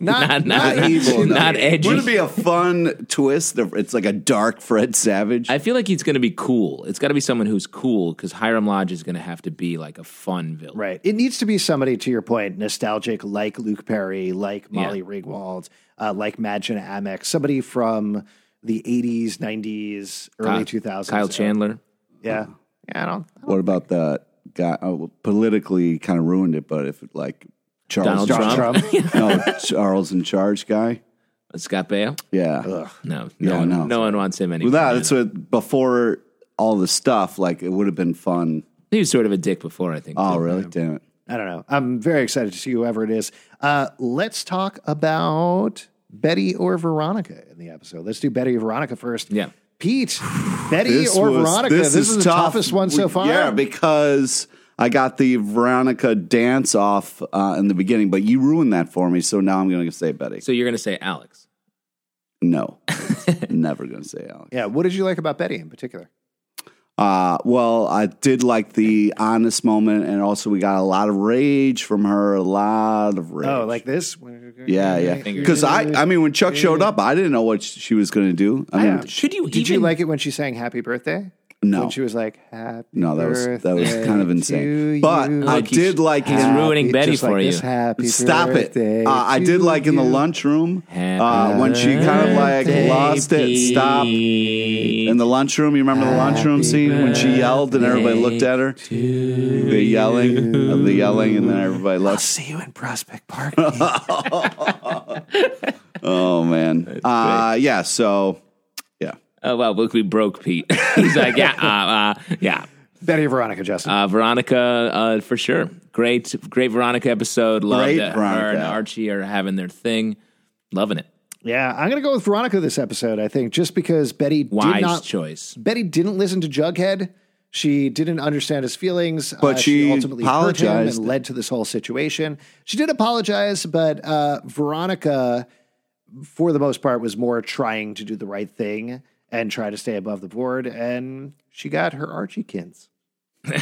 Speaker 1: Not,
Speaker 2: Not, not,
Speaker 3: Not
Speaker 2: not
Speaker 3: evil enough.
Speaker 2: edgy.
Speaker 3: Wouldn't it be a fun twist? of- It's like a dark Fred Savage.
Speaker 2: I feel like he's going to be cool. It's got to be someone who's cool because Hiram Lodge is going to have to be like a fun villain.
Speaker 1: Right. It needs to be somebody, to your point, nostalgic, like Luke Perry, like Molly Ringwald, uh, like Madgen Amek, somebody from the 80s, 90s, early 2000s.
Speaker 2: Kyle Chandler.
Speaker 1: Yeah. Yeah, I don't.
Speaker 3: what about the guy? Oh, politically, kind of ruined it, but if like Charles
Speaker 2: Donald Trump.
Speaker 3: no, Charles in charge guy.
Speaker 2: Scott Baio.
Speaker 3: Yeah.
Speaker 2: No, no,
Speaker 3: Yeah,
Speaker 2: one,
Speaker 3: no.
Speaker 2: no. one wants him anymore.
Speaker 3: Well, no, that's what before all the stuff. Like it would have been fun.
Speaker 2: He was sort of a dick before, I think.
Speaker 3: Oh,
Speaker 2: too.
Speaker 3: really? Damn it!
Speaker 1: I don't know. I'm very excited to see whoever it is. Uh, let's talk about Betty or Veronica in the episode. Let's do Betty or Veronica first.
Speaker 2: Yeah.
Speaker 1: Pete, Betty or Veronica. This, is, the
Speaker 3: tough.
Speaker 1: toughest one so
Speaker 3: We-
Speaker 1: far.
Speaker 3: Yeah, because I got the Veronica dance off uh, in the beginning, but you ruined that for me. So now I'm going to say Betty.
Speaker 2: So you're going to say Alex.
Speaker 3: No, never going to say Alex.
Speaker 1: yeah. What did you like about Betty in particular?
Speaker 3: Uh, well, I did like the honest moment, and also we got a lot of rage from her. A lot of rage.
Speaker 1: Oh, like this?
Speaker 3: yeah, yeah.
Speaker 2: Fingers.
Speaker 3: Because I, I mean, when Chuck showed up, I didn't know what sh- she was going to do. I mean,
Speaker 2: Should you
Speaker 1: Did
Speaker 2: even
Speaker 1: you like it when she sang "Happy Birthday"?
Speaker 3: No.
Speaker 1: when she was like "Happy."
Speaker 3: no, that was that was
Speaker 1: birthday
Speaker 3: kind of
Speaker 1: to
Speaker 3: insane. But
Speaker 1: you."
Speaker 3: I
Speaker 2: Look, he's-
Speaker 3: did like
Speaker 2: he's
Speaker 3: it.
Speaker 1: Happy-
Speaker 2: ruining Betty
Speaker 1: just
Speaker 2: for
Speaker 1: like this,
Speaker 2: you.
Speaker 1: happy
Speaker 3: Stop it!
Speaker 1: birthday
Speaker 3: Uh, I
Speaker 1: to
Speaker 3: did like in the
Speaker 1: you.
Speaker 3: lunchroom uh, when she kind of like
Speaker 2: Happy
Speaker 3: lost it,
Speaker 2: birthday,
Speaker 3: stopped
Speaker 2: Pete.
Speaker 3: in the lunchroom. You remember the lunchroom scene when she yelled and everybody looked at her. The yelling, of the yelling, and then everybody left.
Speaker 1: See you in Prospect Park.
Speaker 3: Oh man! Uh, yeah. So yeah,
Speaker 2: Oh well, look, we broke Pete. He's like, yeah, uh, uh, yeah.
Speaker 1: Betty or Veronica, Justin.
Speaker 2: Uh, Veronica, uh, for sure. Great, great Veronica episode. Love
Speaker 3: Great
Speaker 2: that her
Speaker 3: Veronica.
Speaker 2: and Archie are having their thing. Loving it.
Speaker 1: yeah, I'm gonna go with Veronica this episode. I think just because Betty
Speaker 2: Wise
Speaker 1: did not
Speaker 2: choice.
Speaker 1: Betty didn't listen to Jughead. She didn't understand his feelings, Uh,
Speaker 3: But she
Speaker 1: hurt him
Speaker 3: apologized.
Speaker 1: and led to this whole situation. She did apologize, but uh, Veronica, for the most part, was more trying to do the right thing and try to stay above the board. And she got her Archie kins. All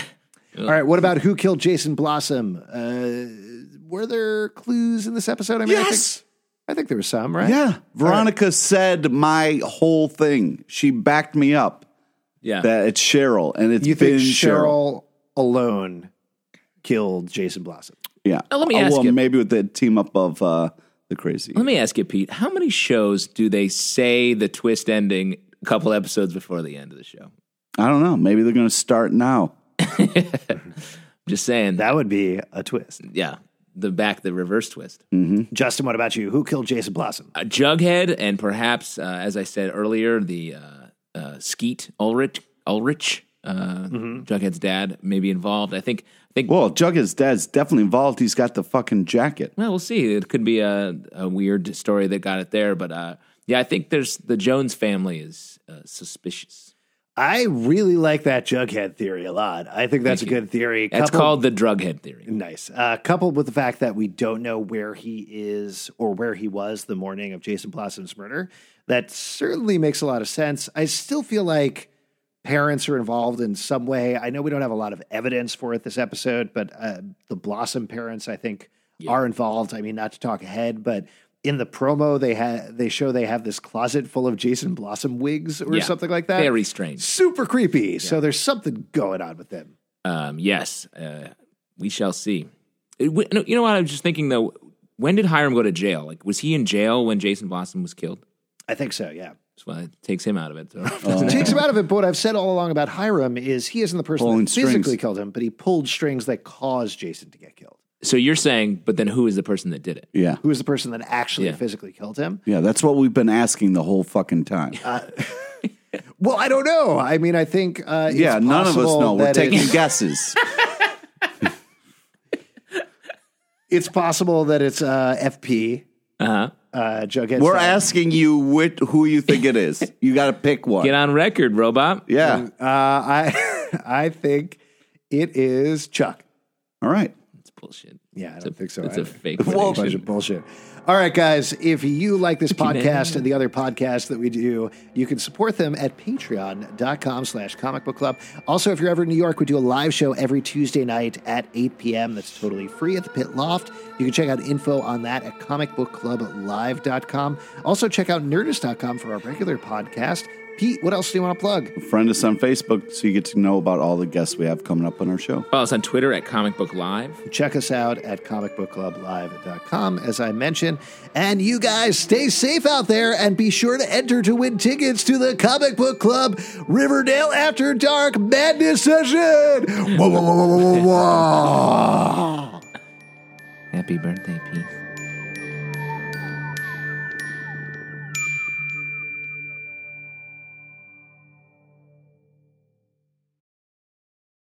Speaker 1: right, what about who killed Jason Blossom? Uh, were there clues in this episode? I mean, I
Speaker 3: Yes!
Speaker 1: think, I think there was some, right?
Speaker 3: yeah. Veronica said my whole thing. She backed me up
Speaker 2: Yeah,
Speaker 3: that it's Cheryl, and it's
Speaker 1: You
Speaker 3: been
Speaker 1: think Cheryl alone killed Jason Blossom?
Speaker 3: Yeah.
Speaker 2: Now, Uh, let me
Speaker 3: Oh,
Speaker 2: ask
Speaker 3: well,
Speaker 2: you-
Speaker 3: Maybe with the team up of uh, the crazy.
Speaker 2: Let me ask you, Pete, how many shows do they say the twist ending a couple episodes before the end of the show?
Speaker 3: I don't know. Maybe they're going to start now.
Speaker 2: Just saying.
Speaker 1: That would be a twist.
Speaker 2: yeah, the back, the reverse twist.
Speaker 1: Justin, what about you? Who killed Jason Blossom?
Speaker 2: Uh, Jughead, and perhaps, uh, as I said earlier, the uh, uh, Skeet Ulrich, Ulrich, uh, Jughead's dad, may be involved. I think. I think. Well,
Speaker 3: Well, Jughead's dad's definitely involved. He's got the fucking jacket.
Speaker 2: we'll see. It could be a, a weird story that got it there, but uh, yeah, I think there's the Jones family is uh, suspicious.
Speaker 1: I really like that Jughead theory a lot. I think that's
Speaker 2: Thank
Speaker 1: a
Speaker 2: you.
Speaker 1: good theory.
Speaker 2: That's
Speaker 1: Coupled-
Speaker 2: called the Drughead theory.
Speaker 1: nice. Uh, coupled with the fact that we don't know where he is or where he was the morning of Jason Blossom's murder, that certainly makes a lot of sense. I still feel like parents are involved in some way. I know we don't have a lot of evidence for it this episode, but uh, the Blossom parents, I think, are involved. I mean, not to talk ahead, but in the promo, they had they show they have this closet full of Jason Blossom wigs or
Speaker 2: Yeah.
Speaker 1: something like that.
Speaker 2: Very strange.
Speaker 1: super creepy. So there's something going on with them.
Speaker 2: Um, yes, uh, we shall see. It, w- no, you know what? I was just thinking though. When did Hiram go to jail? Like, was he in jail when Jason Blossom was killed?
Speaker 1: I think so. Yeah.
Speaker 2: That's why it takes him out of it. So.
Speaker 3: Um,
Speaker 1: takes him out of it. But what I've said all along about Hiram is he isn't the person
Speaker 3: Pulling
Speaker 1: that physically
Speaker 3: strings.
Speaker 1: killed him, but he pulled strings that caused Jason to get killed.
Speaker 2: So you're saying, but then who is the person that did it?
Speaker 3: Yeah.
Speaker 1: Who is the person that actually
Speaker 2: Yeah.
Speaker 1: physically killed him?
Speaker 3: Yeah. That's what we've been asking the whole fucking time.
Speaker 1: Uh, Well, I don't know. I mean, I think uh, it's
Speaker 3: yeah. None of us
Speaker 1: possible
Speaker 3: know. We're
Speaker 1: that
Speaker 3: taking
Speaker 1: it's,
Speaker 3: guesses.
Speaker 1: it's possible that it's uh, FP
Speaker 2: Uh huh.
Speaker 1: uh, Jughead.
Speaker 3: We're
Speaker 1: said.
Speaker 3: asking you which, who you think it is. You got to pick one.
Speaker 2: Get on record, robot.
Speaker 3: Yeah.
Speaker 1: Uh, I I think it is Chuck.
Speaker 3: All right.
Speaker 2: It's bullshit.
Speaker 1: Yeah, I
Speaker 2: It's
Speaker 1: don't
Speaker 2: a-
Speaker 1: think so.
Speaker 2: It's
Speaker 1: either.
Speaker 2: a fake.
Speaker 1: Well, bunch
Speaker 2: prediction.
Speaker 1: of bullshit. All right, guys. If you like this podcast and the other podcasts that we do, you can support them at patreon.com slash comic book club. Also, if you're ever in New York, we do a live show every Tuesday night at 8 p.m. That's totally free at the Pit Loft. You can check out info on that at comicbookclublive.com. Also, check out nerdist.com for our regular podcast. Pete, what else do you want to plug?
Speaker 3: Friend us on Facebook so you get to know about all the guests we have coming up on our show.
Speaker 2: Follow us on Twitter at Comic Book Live.
Speaker 1: Check us out at comicbookclublive.com, as I mentioned. And you guys stay safe out there and be sure to enter to win tickets to the Comic Book Club Riverdale After Dark Madness Session. Wah, wah, wah, wah, wah, wah, wah.
Speaker 2: Happy birthday, Pete.